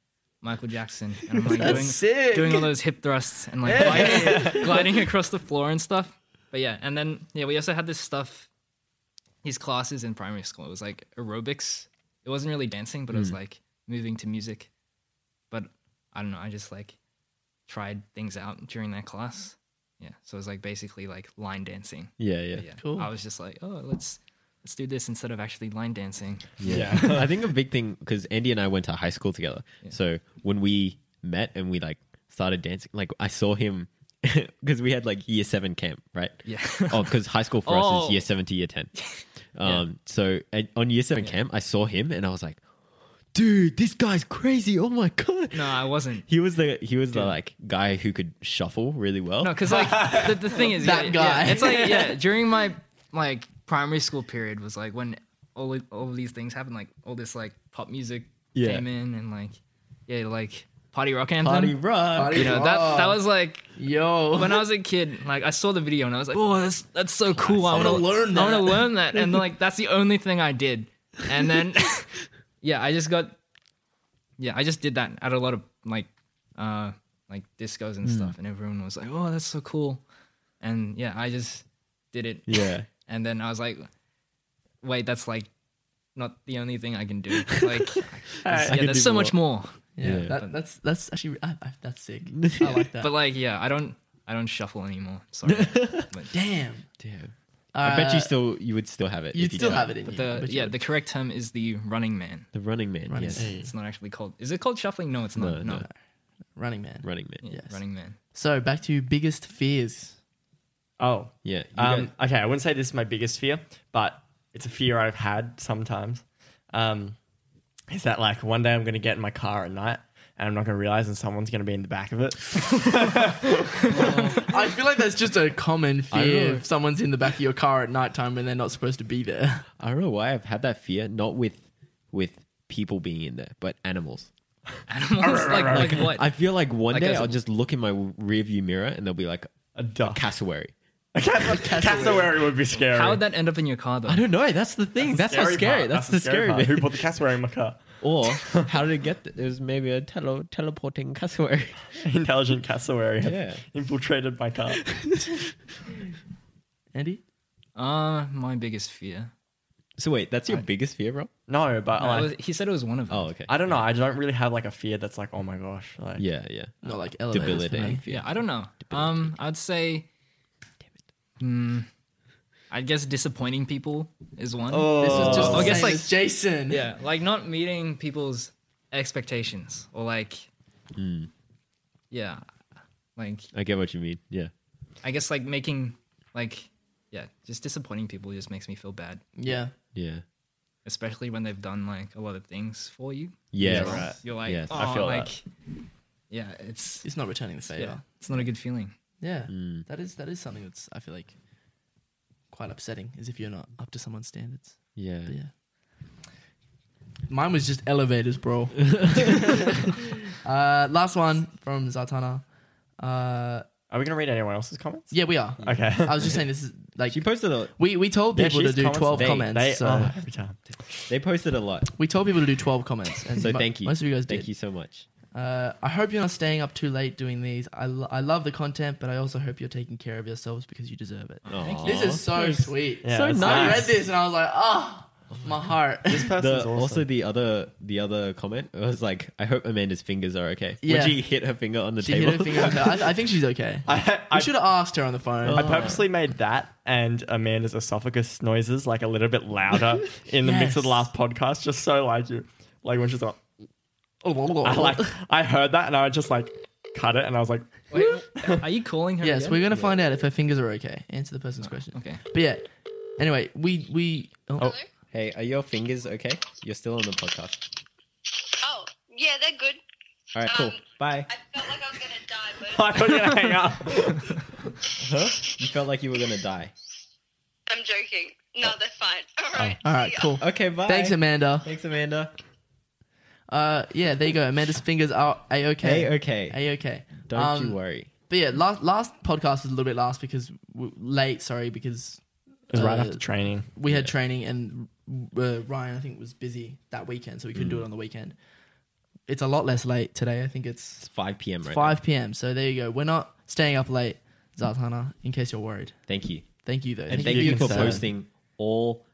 B: Michael Jackson, and I'm like doing
D: sick.
B: doing all those hip thrusts and like gliding, gliding across the floor and stuff. But yeah, and then yeah, we also had this stuff. These classes in primary school, it was like aerobics. It wasn't really dancing, but it was like moving to music. But I don't know. I just like tried things out during that class. Yeah, so it was like basically like line dancing.
A: Yeah, yeah.
B: But yeah,
C: Cool.
B: I was just like, oh, let's let's do this instead of actually line dancing.
A: Yeah. I think a big thing because Andy and I went to high school together. So when we met and we like started dancing, like I saw him because we had like year seven camp, right?
B: Yeah.
A: Oh, because high school for us
B: Oh.
A: is year seven to year ten. Um. So at, on year seven camp, I saw him and I was like, "Dude, this guy's crazy! Oh my god!"
B: No, I wasn't.
A: He was the he was the like guy who could shuffle really well.
B: No, because like the, the thing is
C: That
B: yeah,
C: guy.
B: yeah, it's like yeah, during my like primary school period was like when all all of these things happened. Like all this like pop music
A: Yeah.
B: came in and like yeah, like party rock anthem.
A: Party rock.
B: you know that that was like
C: Yo.
B: when I was a kid, like I saw the video and I was like, "Oh, that's that's so cool! I want to
C: learn
B: I want
C: that."
B: to learn that." And like that's the only thing I did. And then, yeah, I just got, yeah, I just did that at a lot of like, uh, like discos and stuff, and everyone was like, "Oh, that's so cool!" And yeah, I just did it.
A: Yeah.
B: And then I was like, "Wait, that's like." Not the only thing I can do. Like, there's- yeah,
A: can do
B: there's so much more.
C: yeah.
A: Yeah.
C: That, that's that's actually I, I, that's sick. I like that.
B: But like, yeah, I don't, I don't shuffle anymore. Sorry. But-
C: Damn.
A: Damn. I bet you still you would Uh, still have it.
C: You'd
A: if you
C: still
A: tried.
C: have it in you. I
B: The
C: bet you
B: yeah,
C: would.
B: the correct term is the running man.
A: The Running Man.
C: Running
A: yes.
C: Man.
B: It's not actually called. Is it called shuffling? No, it's not.
A: No,
B: No,
A: no.
C: Running man.
A: Running Man.
B: Yeah,
C: Yes.
B: running man.
C: So back to biggest fears.
D: Oh.
A: Yeah. you
D: Um,
A: guys-
D: okay, I wouldn't say this is my biggest fear, but it's a fear I've had sometimes. Um, is that like one day I'm going to get in my car at night and I'm not going to realize and someone's going to be in the back of it?
C: I feel like that's just a common
A: I don't
C: fear
A: know.
C: if someone's in the back of your car at nighttime when they're not supposed to be there.
A: I don't know why I've had that fear, not with with people being in there, but animals.
B: Animals like like what?
A: I feel like one
B: Like
A: day
B: as a-
A: I'll just look in my rearview mirror and there'll be like
D: A duck.
A: cassowary.
D: A cas- cassowary would be scary.
B: How would that end up in your car though?
A: I don't know. That's the thing. That's,
D: Scary
A: what's scary.
D: part.
A: That's, the scary,
D: part.
A: bit.
D: Who put the cassowary in my car?
A: Or how did it get there? It was maybe a tele- teleporting cassowary.
D: Intelligent cassowary have
A: Yeah.
D: infiltrated my car.
C: Andy?
B: Uh, my biggest fear.
A: So wait, that's your biggest fear, Rob?
D: No,
C: Oh,
D: but
B: I
D: like,
B: was- he said it was one of them.
A: Oh, okay.
D: I don't know. I don't really have like a fear that's like, oh my gosh. Like,
A: yeah, yeah.
C: Not like elevators. for
A: Debilitating.
C: me.
B: yeah, I don't know. Um, I'd say. Hmm. I guess disappointing people is one.
D: Oh.
C: This was just
B: Oh,
C: the
B: I guess,
C: same
B: like-
C: as Jason.
B: Yeah, like not meeting people's expectations or like.
C: Hmm.
B: Yeah, like
A: I get what you mean. Yeah.
B: I guess like making like yeah, just disappointing people just makes me feel bad,
C: Yeah.
A: Yeah.
B: especially when they've done like a lot of things for you.
A: Yes.
D: Yeah, right.
B: You're like,
A: Yes,
B: oh,
A: I
D: feel that.
B: like yeah, it's
C: It's not returning the favor.
B: yeah, it's not a good feeling.
C: Yeah,
A: Mm.
C: that is that is something that's I feel like quite upsetting. Is if you're not up to someone's standards.
A: Yeah.
C: But yeah, mine was just elevators, bro. uh, last one from Zartana. Uh,
D: Are we going to read anyone else's comments?
C: yeah, we are.
D: Okay.
C: I was just saying this is like
A: She posted a
C: we, we told
D: Yeah,
C: people to
D: she's
C: do twelve
D: They-
C: comments.
D: they-
C: so
D: oh, every time.
A: they posted a lot.
C: we told people to do twelve comments, and
A: So
C: mo-
A: thank you.
C: Most of you guys
A: thank
C: did.
A: you so much.
C: Uh, I hope you're not staying up too late doing these. I, lo- I love the content, but I also hope you're taking care of yourselves because you deserve it.
A: Aw.
C: This is so sweet.
D: Yeah,
A: So
D: that's
A: nice.
C: I read this and I was like, oh, my heart.
D: This
A: The-
D: person's
A: also
D: awesome.
A: the other the other comment was like, I hope Amanda's fingers are okay.
C: Yeah.
A: Would she hit her finger on the
C: She hit
A: table?
C: her finger on the- I, I think she's okay.
D: I,
C: I
D: I,
C: should have asked her on the phone.
D: I purposely made that and Amanda's esophagus noises like a little bit louder in the mix of the
C: Yes.
D: last podcast, just so like you, like when she's like,
C: Oh,
D: I like, I heard that and I just like cut it and I was like,
B: Wait, uh, are you calling her?
C: yes,
B: again?
C: we're gonna find out if her fingers are okay. Answer the person's question.
B: Okay.
C: But yeah. Anyway, we we oh,
D: Oh.
A: hey, are your fingers okay? You're still on the podcast.
F: Oh, yeah, they're good.
A: All right, cool.
F: Um,
A: Bye.
F: I felt like I was gonna die, but
D: I thought you were gonna hang up.
A: Huh? You felt like you were gonna die.
F: I'm joking. No, that's fine. All right.
C: all right,
F: see ya.
C: cool.
A: Okay, bye.
C: Thanks, Amanda.
A: Thanks, Amanda.
C: Uh, yeah, there you go. Amanda's fingers are a
A: Hey, um,
C: okay.
A: okay.
C: A okay.
A: Don't you worry.
C: But yeah, last last podcast was a little bit last because we, late. Sorry, because
D: It was right
C: Uh,
D: after training.
C: we had training and uh, Ryan I think was busy that weekend, so we couldn't
A: Mm.
C: do it on the weekend. It's a lot less late today. I think it's
A: It's 5 p.m. right
C: 5 p.m. So there you go. We're not staying up late, Zartana, in case you're worried.
A: now. Thank you.
C: Thank you, though.
A: And thank you for
D: concern.
A: posting all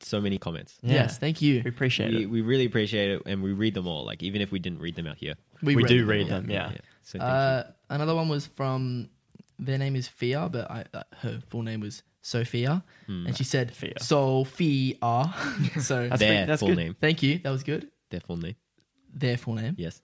A: so many comments.
D: Yeah.
C: Yes, thank you.
D: We appreciate
A: We,
D: it.
A: we really appreciate it, and we read them all. Like even if we didn't read them out here,
D: We,
C: read
D: do
C: them.
D: read them, yeah.
A: So thank
C: Uh, another one was from, their name is Fia, but I, uh, her full name was Sophia. and she said,
D: Fia.
C: Sophia.
A: you.
C: so
D: Hmm. That's
A: Their
D: pretty- that's
A: full
D: good.
A: name.
C: thank you. That was good.
A: Their full name.
C: Their full name.
A: Yes.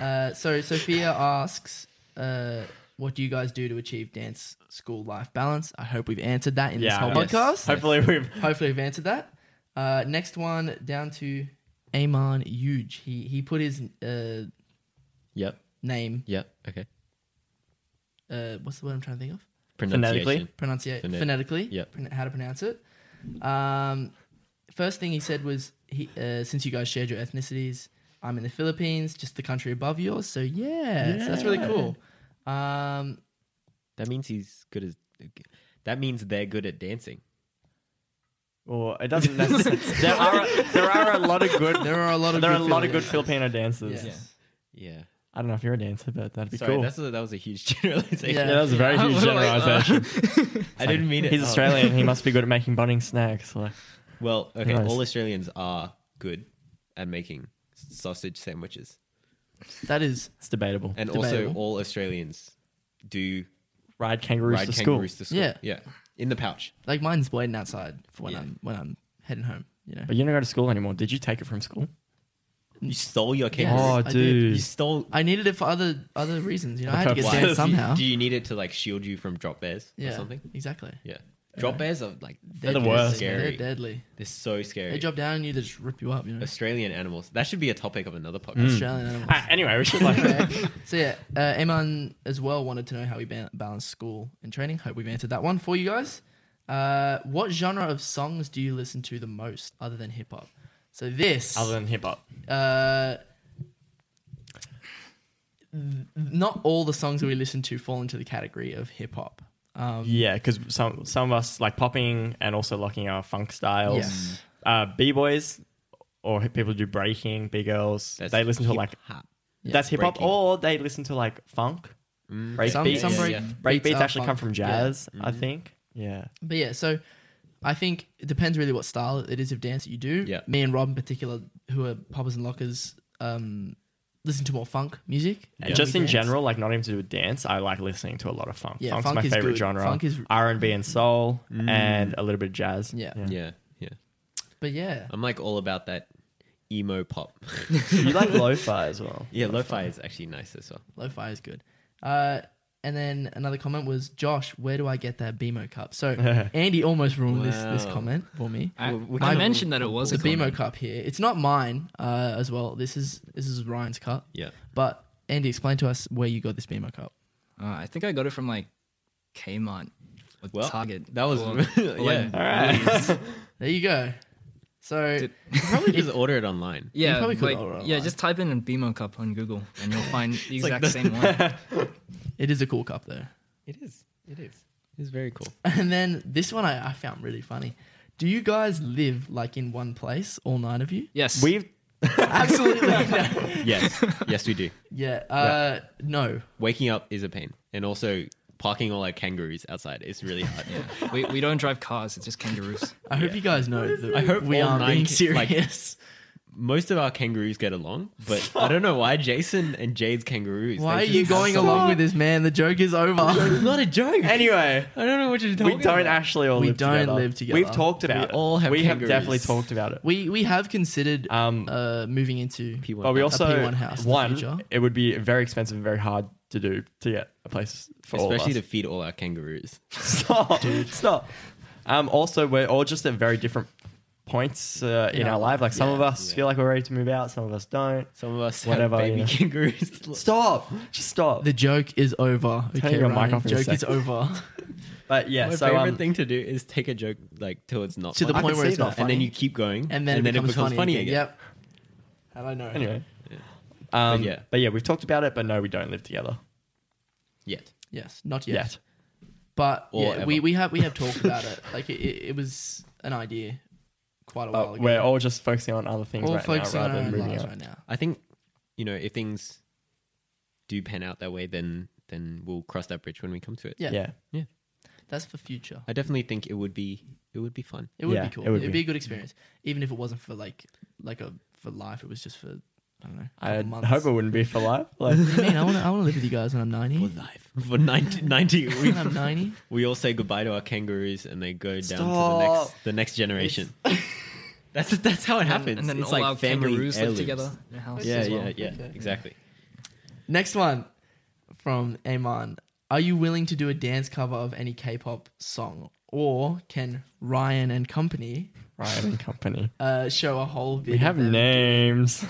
C: Uh, so Sophia asks, uh, "What do you guys do to achieve dance school life balance?" I hope we've answered that in this
D: Yeah,
C: whole
D: yes.
C: podcast.
D: Hopefully we've
C: Hopefully, we've answered that. Uh, next one down to Amon Huge. He he put his uh,
A: Yep.
C: name.
A: Yep. Okay.
C: Uh, what's the word I'm trying to think of?
A: Pronunciation.
C: Pronunciate
A: Phonet-
C: phonetically.
A: Yep.
C: pron- How to pronounce it? Um, first thing he said was, he, uh, "Since you guys shared your ethnicities, I'm in the Philippines, just the country above yours. So yeah, so that's really cool." Um,
A: That means he's good as. That means they're good at dancing.
D: Well, it doesn't necessarily. there are there are a lot of good there
C: There are a lot
D: are,
C: of
D: a
C: good
D: lot of good
C: feelings.
D: Filipino dancers.
C: Yeah.
A: Yeah.
D: I don't know if you're a dancer, but that'd be
A: Sorry,
D: cool.
A: that's a, that was a huge generalization.
C: Yeah.
D: yeah, that was a very
B: I'm
D: huge
B: like, uh,
D: generalization.
A: I didn't mean it.
D: He's
A: Oh.
D: Australian. He must be good at making budding snacks. Like,
A: Well, okay.
D: Nice.
A: All Australians are good at making sausage sandwiches,
C: That is
D: it's debatable.
A: and also
C: Debatable.
A: all Australians do
D: Ride kangaroos
A: ride
D: to school.
A: kangaroos to school.
C: Yeah.
A: Yeah. In the pouch.
C: like mine's waiting outside for when
A: Yeah.
C: I'm when I'm heading home. You know.
D: But you don't go to school anymore. Did you take it from school?
A: You stole your kangaroo.
D: Mm. Oh,
C: I did.
D: dude.
A: You stole.
C: I needed it for other other reasons. You know, I had to get
D: Why?
C: there somehow.
A: Do you need it to like shield you from drop bears
C: yeah,
A: or something?
C: exactly.
A: Yeah. Drop bears are like
C: They're
D: the
C: deadly.
D: worst.
A: Scary.
C: They're deadly.
A: they're so scary.
C: They drop down and you they just rip you up. You know,
A: Australian animals. That should be a topic of another podcast.
C: Australian animals.
D: Ah, anyway, we should like.
C: Okay. so yeah, uh, Eman as well wanted to know how we ba- balance school and training. Hope we've answered that one for you guys. Uh, what genre of songs do you listen to the most, other than hip hop? So this,
D: other than hip hop,
C: uh, not all the songs that we listen to fall into the category of hip hop. Um,
D: yeah, because some some of us like popping and also locking our funk styles.
C: Yes.
D: Uh, b boys or people do breaking, b girls.
A: That's
D: They listen to like
A: hip-hop.
C: Yeah.
D: that's hip hop,
A: Breaking. Mm.
D: or they listen to like funk. break
C: some
D: beats.
C: some
A: yeah,
C: break,
A: yeah. Mm-hmm.
D: Break beats
C: are
D: actually come
C: funk.
D: from
C: Yeah.
D: jazz, I think. Yeah.
C: But yeah, so I think it depends really what style it is of dance that you do.
A: Yeah.
C: Me and Rob in particular, who are poppers and lockers, um, listen to more funk music. when
D: Just
C: we
D: in
C: dance.
D: general, like not even to do with dance, I like listening to a lot of funk.
C: Yeah,
D: Funk's
C: funk
D: my
C: is
D: favorite
C: good.
D: genre.
C: Funk is-
D: R and B and soul and a little bit of jazz.
C: Yeah.
A: Yeah, yeah.
C: But yeah,
A: I'm like all about that emo pop.
D: you like lo-fi as well.
A: yeah, lo-fi is actually nice as well.
C: lo-fi is good. Uh, and then another comment was Josh, where do I get that BMO cup? So Andy almost ruined this this
A: Wow.
C: comment for me.
B: I,
A: Well, we
B: I
A: can-
B: mentioned that it was
C: the
B: a comment.
C: BMO cup here. It's not mine uh, as well. This is this is Ryan's cup.
A: Yeah.
C: But Andy, explain to us where you got this BMO cup.
B: Uh, I think I got it from like Kmart or
A: Well,
B: Target.
A: that was-
B: or,
A: yeah.
B: or, like,
D: All right.
C: There you go. So
B: Did-
A: Probably just order it online.
B: yeah,
C: probably could
B: like,
C: order
B: yeah.
C: online.
B: Just type in a BMO cup on Google, and you'll find the
A: like
B: exact
A: the-
B: same one.
C: It is a cool cup though.
A: It is. It is. It's very cool.
C: And then this one I, I found really funny. Do you guys live like in one place, all nine of you?
B: Yes,
D: We've
C: Absolutely no.
A: Yes, yes, we do.
C: Yeah. Uh, No.
A: Waking up is a pain, and also parking all our kangaroos outside is really hard.
B: We, we don't drive cars, it's just kangaroos.
C: I hope you guys know that I
A: hope
C: we
A: all
C: are
A: nine
C: being
A: ki- like-
C: serious.
A: Most of our kangaroos get along, but I don't know why Jason and Jade's kangaroos.
C: Why are
A: they just
C: you
A: have
C: going
A: some-
C: along with this, man? The joke is over.
A: It's not a joke.
D: Anyway,
A: I don't know what you're
D: we
A: talking.
D: don't
A: about.
D: actually all
C: We
D: live
C: don't
D: together.
C: live together.
D: We've talked
A: We
D: about it.
A: all have
D: we have
A: kangaroos.
D: definitely talked about it.
C: we we have considered
D: Um,
C: uh, moving into
A: P1.
D: but we
A: A
D: also
C: P1 house in the future.
D: one. It would be very expensive and very hard to do to get a place for all of
A: especially to
D: us.
A: feed all our kangaroos.
D: Stop. Stop. Um, also, we're all just at very different points uh, in our life. Like some of us
A: yeah.
D: feel like we're ready to move out, some of us don't.
A: Some of us
D: Whatever,
A: have baby
D: yeah.
A: kangaroos.
D: Stop. Just stop.
C: The joke is over.
D: Turn
C: okay,
D: your mic
C: Ryan,
D: off in a
C: joke
D: sec.
C: is over.
D: but yeah,
A: My
D: so
A: favorite
D: um,
A: thing to do is take a joke like till it's not
C: To the
A: funny.
C: point
D: can
C: where
D: see
C: it's not
D: that.
A: and
C: funny.
A: then you keep going,
C: and then, it becomes, funny,
A: again.
C: Yep. How do I know?
D: anyway.
A: But
D: Um,
A: yeah.
D: but yeah, we've talked about it, but no, we don't live together
A: Yet.
C: Yes, not yet.
D: yet.
C: But
A: Or
C: yeah, we,
A: ever.
C: we have we have talked about it. Like it, it, it was an idea quite a
D: But
C: while ago.
D: Oh, we're all just focusing on other things
C: All
D: right
C: focusing
D: now rather
C: on
D: than
C: our
D: moving
C: lives
D: out.
C: right now.
A: I think, you know, if things do pan out that way, then then we'll cross that bridge when we come to it.
C: Yeah,
D: Yeah.
C: that's for future.
A: I definitely think it would be it would be fun.
C: It would
D: Yeah,
C: be cool.
D: it
C: It
D: would
C: would be.
D: be.
C: a good experience, even if it wasn't for like like a for life. It was just for I don't know.
D: I
C: couple months.
D: hope it wouldn't be for life. Like,
C: I mean, I want to I want to live with you guys when I'm 90. When
A: Live for 90, 90 we,
C: I'm 90,
A: we all say goodbye to our kangaroos and they go down to the
D: Stop.
A: next the next generation. that's that's how it happens.
B: And then
A: it's
B: all
A: like
B: our
A: family
B: kangaroos live
A: heirlooms.
B: together in a house
A: Yeah,
B: as
A: yeah,
B: well.
A: yeah, exactly.
C: next one from Amon. Are you willing to do a dance cover of any K-pop song, or can Ryan and company
D: Ryan and company.
C: uh, show a whole video?
D: We have
C: of them
D: names.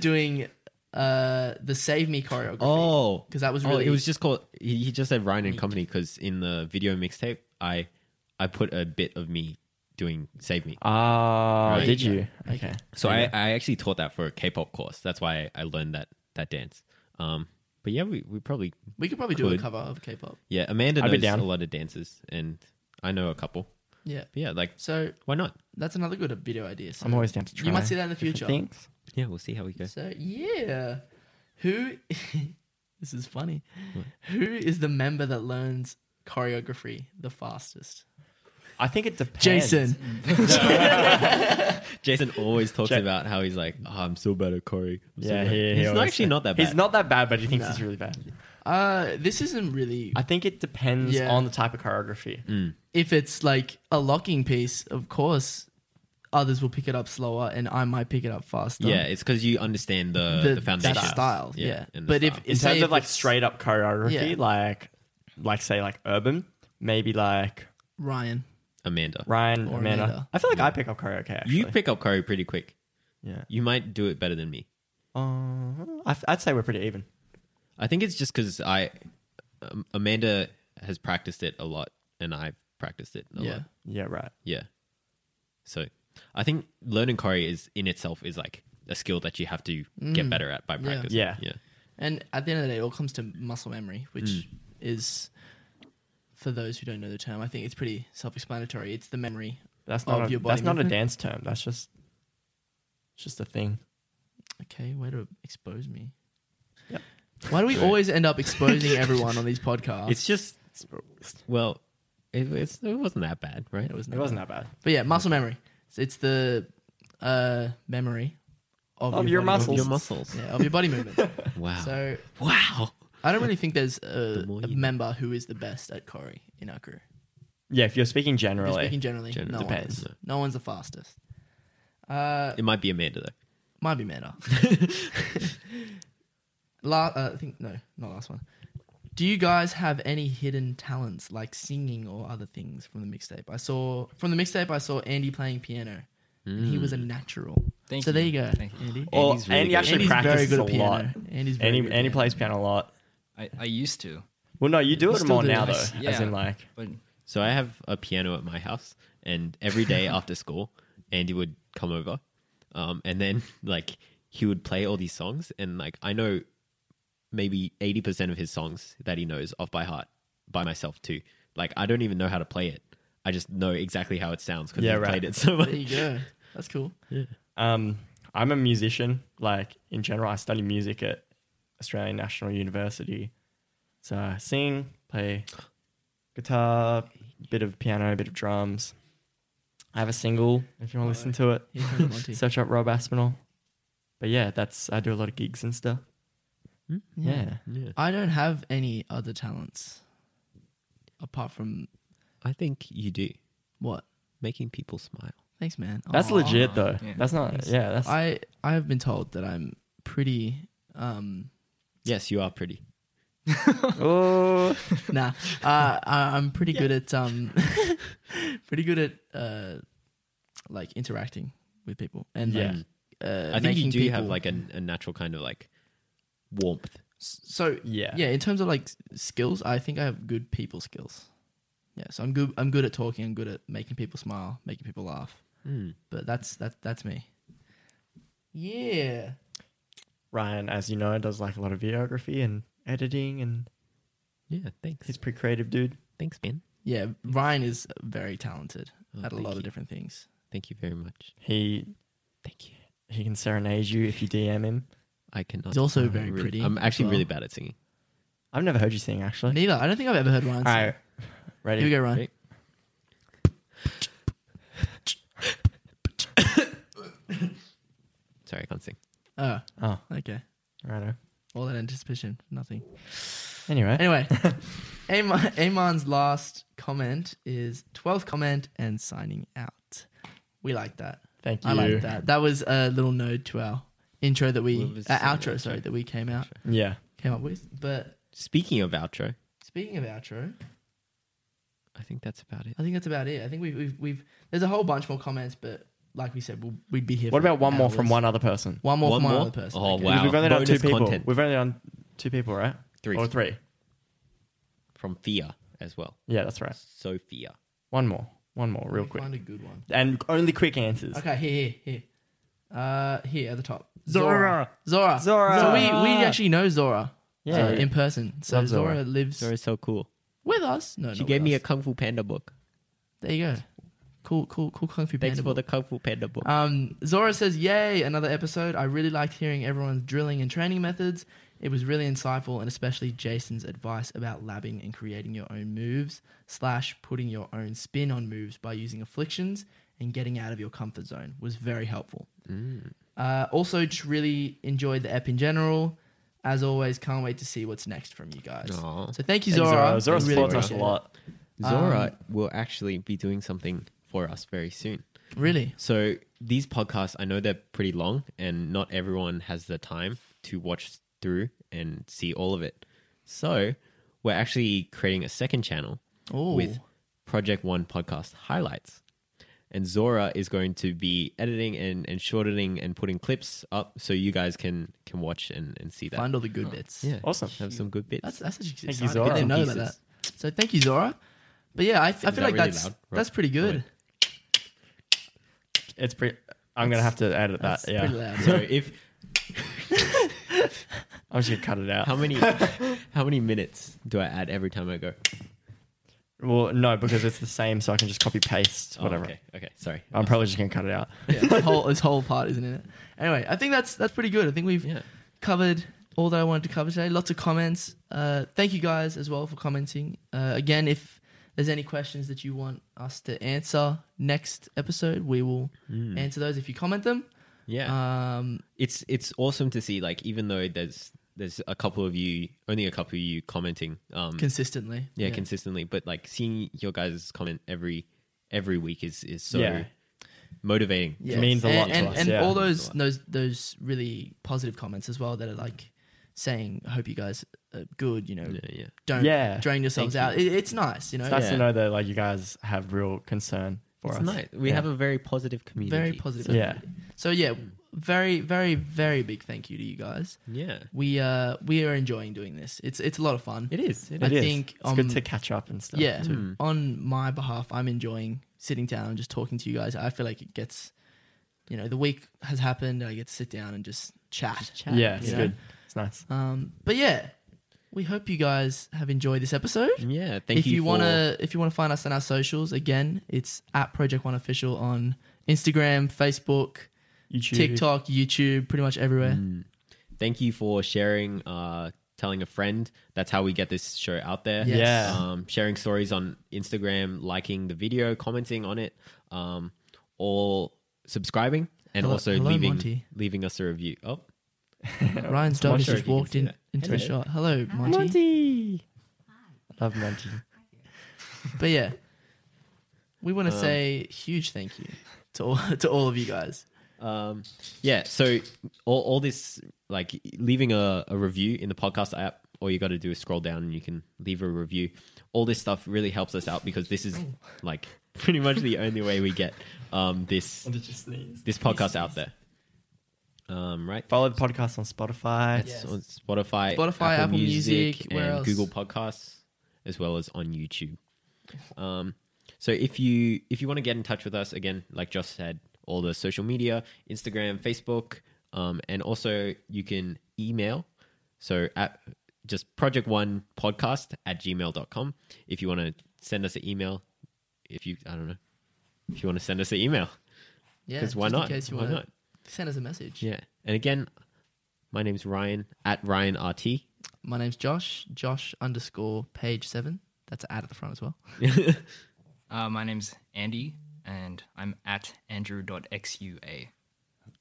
C: doing uh, the Save Me choreography.
A: Oh,
C: 'Cause that was
A: oh,
C: really-
A: it was just called. He, he just said Ryan and Company because in the video mixtape, I I put a bit of me doing Save Me.
D: Ah,
A: Right.
D: did you? Okay.
A: So I, I actually taught that for a K-pop course. That's why I, I learned that that dance. Um, but yeah, we, we probably
C: we could probably do a
A: Could.
C: cover of K-pop.
A: yeah. Amanda
D: I'd
A: knows
D: be down.
A: a lot of dances, and I know a couple.
C: Yeah.
A: But yeah, like
C: So
A: why not?
C: that's another good video idea. So
D: I'm always down to try.
C: You might see that in the future.
D: Thanks.
A: Yeah, we'll see how we go.
C: So yeah, who? this is funny. Who is the member that learns choreography the fastest?
D: I think it depends.
C: Jason.
A: Jason always talks
D: Ja-
A: about how he's like, oh, I'm so bad at Corey.
D: Yeah, he, he
A: he's
D: always
A: not, actually
D: says-
A: not that bad.
D: He's not that bad, but he thinks
C: No.
D: he's really bad.
C: Uh, this isn't really.
D: I think it depends
C: Yeah.
D: on the type of choreography.
C: If it's like a locking piece, of course, others will pick it up slower, and I might pick it up faster.
A: Yeah, it's because you understand the the,
C: that
A: foundation
C: style. Yeah,
A: and the
C: but if
A: style.
D: In
C: say
D: terms
C: if
D: of like
C: it's
D: straight up choreography,
C: Yeah.
D: like like say like urban, maybe like
C: Ryan,
A: Amanda,
D: Ryan
C: Or
D: Amanda.
C: Amanda.
D: I feel like I pick up karaoke. Actually.
A: you pick up Corey pretty quick.
D: yeah.
A: You might do it better than me.
C: Uh-huh.
D: Uh, I, I'd say we're pretty even.
A: I think it's just because I, um, Amanda has practiced it a lot, and I've practiced it a
C: yeah,
A: lot.
D: Yeah, right.
A: Yeah. So, I think learning Corey is in itself is like a skill that you have to get better at by practice.
D: Mm. Yeah.
A: Yeah.
C: and at the end of the day, it all comes to muscle memory, which is. For those who don't know the term, I think it's pretty self-explanatory. It's the memory
D: That's
C: Of
D: not a,
C: your body
D: that's not a
C: movement?
D: dance term. That's just it's just a thing.
C: Okay, way to expose me.
D: Yep.
C: Why do we always end up exposing everyone on these podcasts?
A: It's just well, it, it's, it wasn't that bad, right?
C: it was
D: It
C: not.
D: wasn't that bad.
C: But yeah, muscle memory. So it's the uh, memory of,
D: Of your
C: body
D: muscles.
A: Your
C: movement.
A: muscles.
C: Yeah, of your body movement.
A: Wow.
C: so
A: wow.
C: I don't really think there's a,
A: The more
C: a
A: you-
C: member who is the best at Corey in our crew.
D: Yeah, if you're speaking
C: Just
D: generally.
C: Speaking generally,
A: Generally.
C: no, one
A: Depends.
C: is. no one's the fastest. Uh,
A: It might be Amanda though.
C: might be Meta. La- uh, I think no, not last one. Do you guys have any hidden talents like singing or other things from the mixtape? I saw from the mixtape I saw Andy playing piano. And he
D: Mm.
C: was a natural.
B: Thank
C: so there
B: you.
C: you go,
B: Thank you.
C: Andy.
D: Or
A: Andy's really
D: Andy
A: good.
D: actually
C: Andy's very
D: practices
C: good
D: a
C: at piano.
D: lot.
C: Andy's very
D: Andy,
C: good at
D: Andy
C: piano.
D: plays piano a lot.
B: I, I used to,
D: Well, no, you do it
C: still
D: more
C: do
D: now
C: it.
D: though. As
B: Yeah.
D: in like
B: but
A: So I have a piano at my house, and every day after school, Andy would come over, um, and then like he would play all these songs, and like I know maybe eighty percent of his songs that he knows off by heart by myself too. Like I don't even know how to play it. I just know exactly how it sounds because
D: Yeah,
A: I've
D: right.
A: played it so much.
C: There you go. That's cool.
D: um I'm a musician. Like in general, I study music at Australian National University. So I sing, play guitar, bit of piano, bit of drums. I have a single if you want to listen to it.
C: Here comes Monty.
D: Search up Rob Aspinall. But yeah, that's I do a lot of gigs and stuff. Yeah.
A: Yeah.
C: I don't have any other talents apart from
A: I think you do.
C: what?
A: Making people smile.
C: Thanks, man.
D: That's
C: Aw.
D: legit though.
B: yeah.
D: That's not yeah, that's
C: I I have been told that I'm pretty. Um,
A: Yes, you are pretty.
D: oh
C: nah, uh, I, I'm pretty good at um, pretty good at uh, like interacting with people and
D: Yeah.
C: like, uh,
A: I think you
C: making
A: do have
C: people-
A: like a, a natural kind of like warmth.
C: so
D: Yeah.
C: yeah in terms of like s- skills I think I have good people skills yeah so I'm good I'm good at talking I'm good at making people smile making people laugh but that's that that's me yeah
D: Ryan, as you know, does like a lot of videography and editing and
A: Yeah, thanks.
D: he's a pretty creative dude.
A: Thanks, man.
C: yeah Ryan is very talented
A: Oh,
C: at a
A: thank
C: lot
A: you.
C: of different things
A: Thank you very much.
D: He
A: Thank you.
D: he can serenade you if you DM him.
A: I cannot.
C: He's also
A: I'm
C: very
A: really-
C: pretty
A: I'm
C: as
A: actually
C: well.
A: really bad at singing.
D: I've never heard you sing actually.
C: Neither. I don't think I've ever heard Ryan.
D: All
C: sing.
D: right, ready?
C: Here we go, Ryan.
A: Ready? Sorry, I can't sing.
C: Oh,
D: Oh,
C: okay.
D: righto.
C: All that anticipation, nothing.
D: Anyway,
C: Anyway, Amon, Amon's last comment is 12th comment and signing out. We like that.
D: thank you.
C: I like that. That was a little node to our intro that we,
A: Well, it was
C: uh,
A: just an
C: outro,
A: outro.
C: sorry, that we came out,
D: Yeah.
C: came up with. But
A: Speaking of outro,
C: speaking of outro,
A: I think that's about it.
C: I think that's about it. I think we've, we've, we've there's a whole bunch more comments, but like we said, we'll, we'd be here.
D: What
C: for
D: about one more from
C: hours.
D: one other person?
C: One more
A: One
C: from
A: more?
C: one other person.
A: Oh,
C: okay.
A: wow.
D: Because We've only done two
A: Bonus
D: people.
A: content.
D: We've only done two people, right?
A: Three.
C: Oh,
D: Or three.
A: From Fia as well.
D: Yeah, that's right.
A: Sophia.
D: One more. One more,
C: Let
D: real
C: me
D: quick.
C: Find a good one.
D: And only quick answers.
C: Okay, here, here, here. Uh, here at the top.
D: Zora.
C: Zora.
D: Zora.
C: So we, we actually know Zora.
D: Yeah.
C: uh, in person. So
D: Love
C: Zora.
D: Zora.
C: lives
A: Zora's so cool.
C: with us. No,
A: She
C: not
A: gave
C: with
A: me a
C: us.
A: Kung Fu Panda book.
C: There you go. Cool, cool, cool kung fu
A: Thanks
C: panda.
A: for the
C: book.
A: Kung Fu Panda book.
C: Um, Zora says, "Yay, another episode! I really liked hearing everyone's drilling and training methods. It was really insightful, and especially Jason's advice about labbing and creating your own moves slash putting your own spin on moves by using afflictions and getting out of your comfort zone was very helpful.
A: Mm.
C: Uh, also, just really enjoyed the ep in general. As always, can't wait to see what's next from you guys.
A: Aw.
C: So thank you,
D: Thanks,
C: Zora.
D: Zora, Zora
C: We really
D: supports us a
C: appreciate it.
D: lot.
C: um,
A: Zora will actually be doing something for us very soon.
C: Really?
A: So these podcasts, I know they're pretty long, and not everyone has the time to watch through and see all of it. So we're actually creating a second channel
C: Ooh.
A: with Project One podcast highlights, and Zora is going to be editing and and shortening and putting clips up so you guys can can watch and and see that.
C: Find all the good bits.
A: Yeah,
D: Awesome.
A: Have some good bits.
C: That's that's such exciting.
D: Thank you,
C: I didn't
D: Zora.
C: know about that.
A: Pieces.
C: So thank you, Zora. But yeah, I, I feel
A: that
C: like
A: really
C: that's
A: loud, Rob?
C: that's pretty good.
D: It's pretty. I'm gonna have to edit that.
C: That's
D: Uh, Yeah,
C: pretty loud.
A: so if
D: I'm just gonna cut it out.
A: how many how many minutes do I add every time I go?
D: well, no, because it's the same, so I can just copy paste
A: Oh,
D: whatever.
A: okay. Okay. Sorry.
D: I'm probably just gonna cut it out.
C: Yeah, this whole this whole part isn't in it. Anyway, I think that's that's pretty good. I think we've
A: Yeah.
C: covered all that I wanted to cover today. Lots of comments. Uh, thank you guys as well for commenting. Uh, again, if there's any questions that you want us to answer next episode, we will
D: Hmm.
C: answer those if you comment them.
A: Yeah.
D: Uh,
C: Um,
A: it's it's awesome to see like even though there's there's a couple of you only a couple of you commenting um
C: consistently.
A: yeah, consistently but like seeing your guys comment every every week is is so
D: Yeah.
A: motivating
C: Yeah.
D: means a
C: and,
D: lot to
C: and,
D: us,
C: And
D: yeah.
A: Means
C: all those
A: a lot.
C: those those really positive comments as well that are like saying, "I hope you guys are good." You know,
A: yeah yeah
C: don't
D: Yeah.
C: drain yourselves out. It, it's nice, you know.
D: It's nice
A: Yeah.
D: to know that like you guys have real concern for
A: it's
D: us.
A: nice we
D: Yeah.
A: have a very positive community
C: Very positive.
D: Yeah.
C: So yeah, very very very big thank you to you guys.
A: yeah
C: We uh we are enjoying doing this. It's it's a lot of fun.
A: it is it
C: I
A: is.
D: It is.
C: think,
D: it's good
C: um,
D: to catch up and stuff.
C: yeah.
D: too.
C: On my behalf, I'm enjoying sitting down and just talking to you guys. I feel like it gets, you know, the week has happened. I get to sit down and just chat.
A: chat.
D: yeah, it's
C: Yeah.
D: good. It's nice.
C: Um, but yeah, we hope you guys have enjoyed this episode.
A: yeah thank
C: if
A: you
C: you
A: for-
C: want to, if you want to find us on our socials, again, it's at Project One Official on Instagram, Facebook,
D: YouTube.
C: TikTok, YouTube, pretty much everywhere.
A: Mm. Thank you for sharing, uh, telling a friend. That's how we get this show out there.
C: Yes.
D: Yeah.
A: Um, sharing stories on Instagram, liking the video, commenting on it, um, all subscribing, and
C: Hello-
A: also
C: hello,
A: leaving
C: Monty.
A: leaving us a review. Oh,
C: Ryan's dog
A: Not
C: has
A: sure if
C: just
A: you can
C: walked
A: see
C: in
A: that.
C: into a shot. Hello, Monty.
D: Monty. Love Monty.
C: But yeah, we want to
A: Um,
C: say huge thank you to all, to all of you guys.
A: um, yeah. So all, all this, like leaving a, a review in the podcast app, all you got to do is scroll down and you can leave a review. All this stuff really helps us out because this is like pretty much the only way we get um, this
D: Did you sneeze?
A: this podcast out there. Um, right.
D: Follow the podcast on Spotify.
A: It's on Spotify,
C: Spotify, Apple Music,
A: and
C: where else?
A: Google Podcasts, as well as on YouTube. Um, so if you if you want to get in touch with us again, like Josh said, all the social media, Instagram, Facebook, um, and also you can email. So at just project one podcast at gmail.com if you want to send us an email. If you I don't know if you want to send us an email
C: Yeah,
A: because why
C: just in
A: not?
C: case you
A: Why
C: wanna
A: not?
C: Send us a message.
A: Yeah. And again, my name's Ryan at Ryan RT.
C: My name's Josh. Josh underscore page seven. That's an ad at the front as well.
B: Uh, my name's Andy, and I'm at andrew.xua.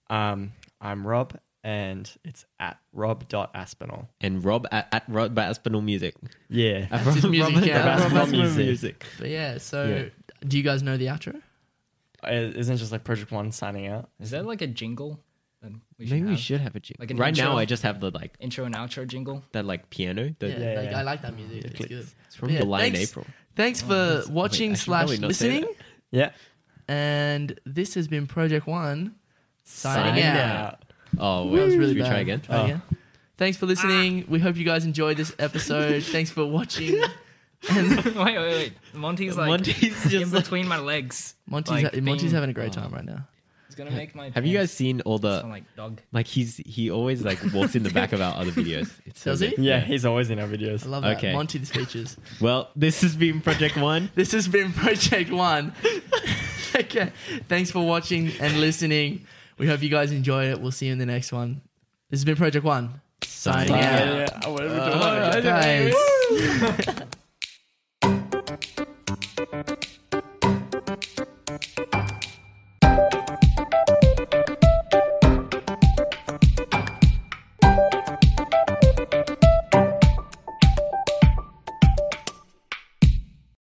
D: Um, I'm Rob, and it's at rob.aspinall.
A: and Rob at, at Rob Aspinall Music.
D: Yeah.
A: At
C: That's his
A: Rob-
C: music,
A: Rob-
C: yeah,
A: Rob
C: Rob
A: Aspinall
D: Aspinall
A: Music.
D: Music.
C: But yeah, so
A: Yeah.
C: do you guys know the outro?
D: It Isn't just like Project One signing out?
B: Is that like a jingle? that we
A: Maybe we
B: have?
A: should have a jingle.
B: Like an
A: right
B: intro.
A: now, I just have the like
B: Intro and outro jingle.
A: that like piano. The,
C: yeah,
D: Yeah,
C: like,
D: yeah.
C: I like that music. it's
D: clicks.
C: good.
A: It's from
C: But yeah,
A: July and
C: thanks-
A: April.
C: Thanks for
A: wait,
C: watching
A: Oh, I should
C: slash
A: probably not say
C: listening.
D: Yeah.
C: And this has been Project One. Signing
A: Signing
C: out.
A: out. Oh,
C: That
A: well,
C: was really
A: should we
C: bad.
A: try again?
C: Try again. Thanks for listening.
A: Ah.
C: We hope you guys enjoyed this episode. Thanks for watching.
B: wait, wait, wait. Monty's like
A: Monty's
B: in
A: just like-
B: between my legs.
C: Monty's,
B: like,
C: Monty's
B: being-
C: having a
A: Oh.
C: great time right now.
B: He's gonna make my.
A: Have you guys
B: pants
A: seen all
B: sound
A: the
B: like dog?
A: like? He's he always like walks in the back of our other videos. It's so
C: Does he?
A: good.
D: Yeah, he's always in our videos.
C: I love that.
A: Okay.
C: Monty the speeches.
A: Well, this has been Project One.
C: This has been Project One. okay. Thanks for watching and listening. We hope you guys enjoyed it. We'll see you in the next one. This has been Project One.
A: Signing
C: Signing
D: Uh,
A: out.
C: out.
D: yeah. I wouldn't-
C: Guys.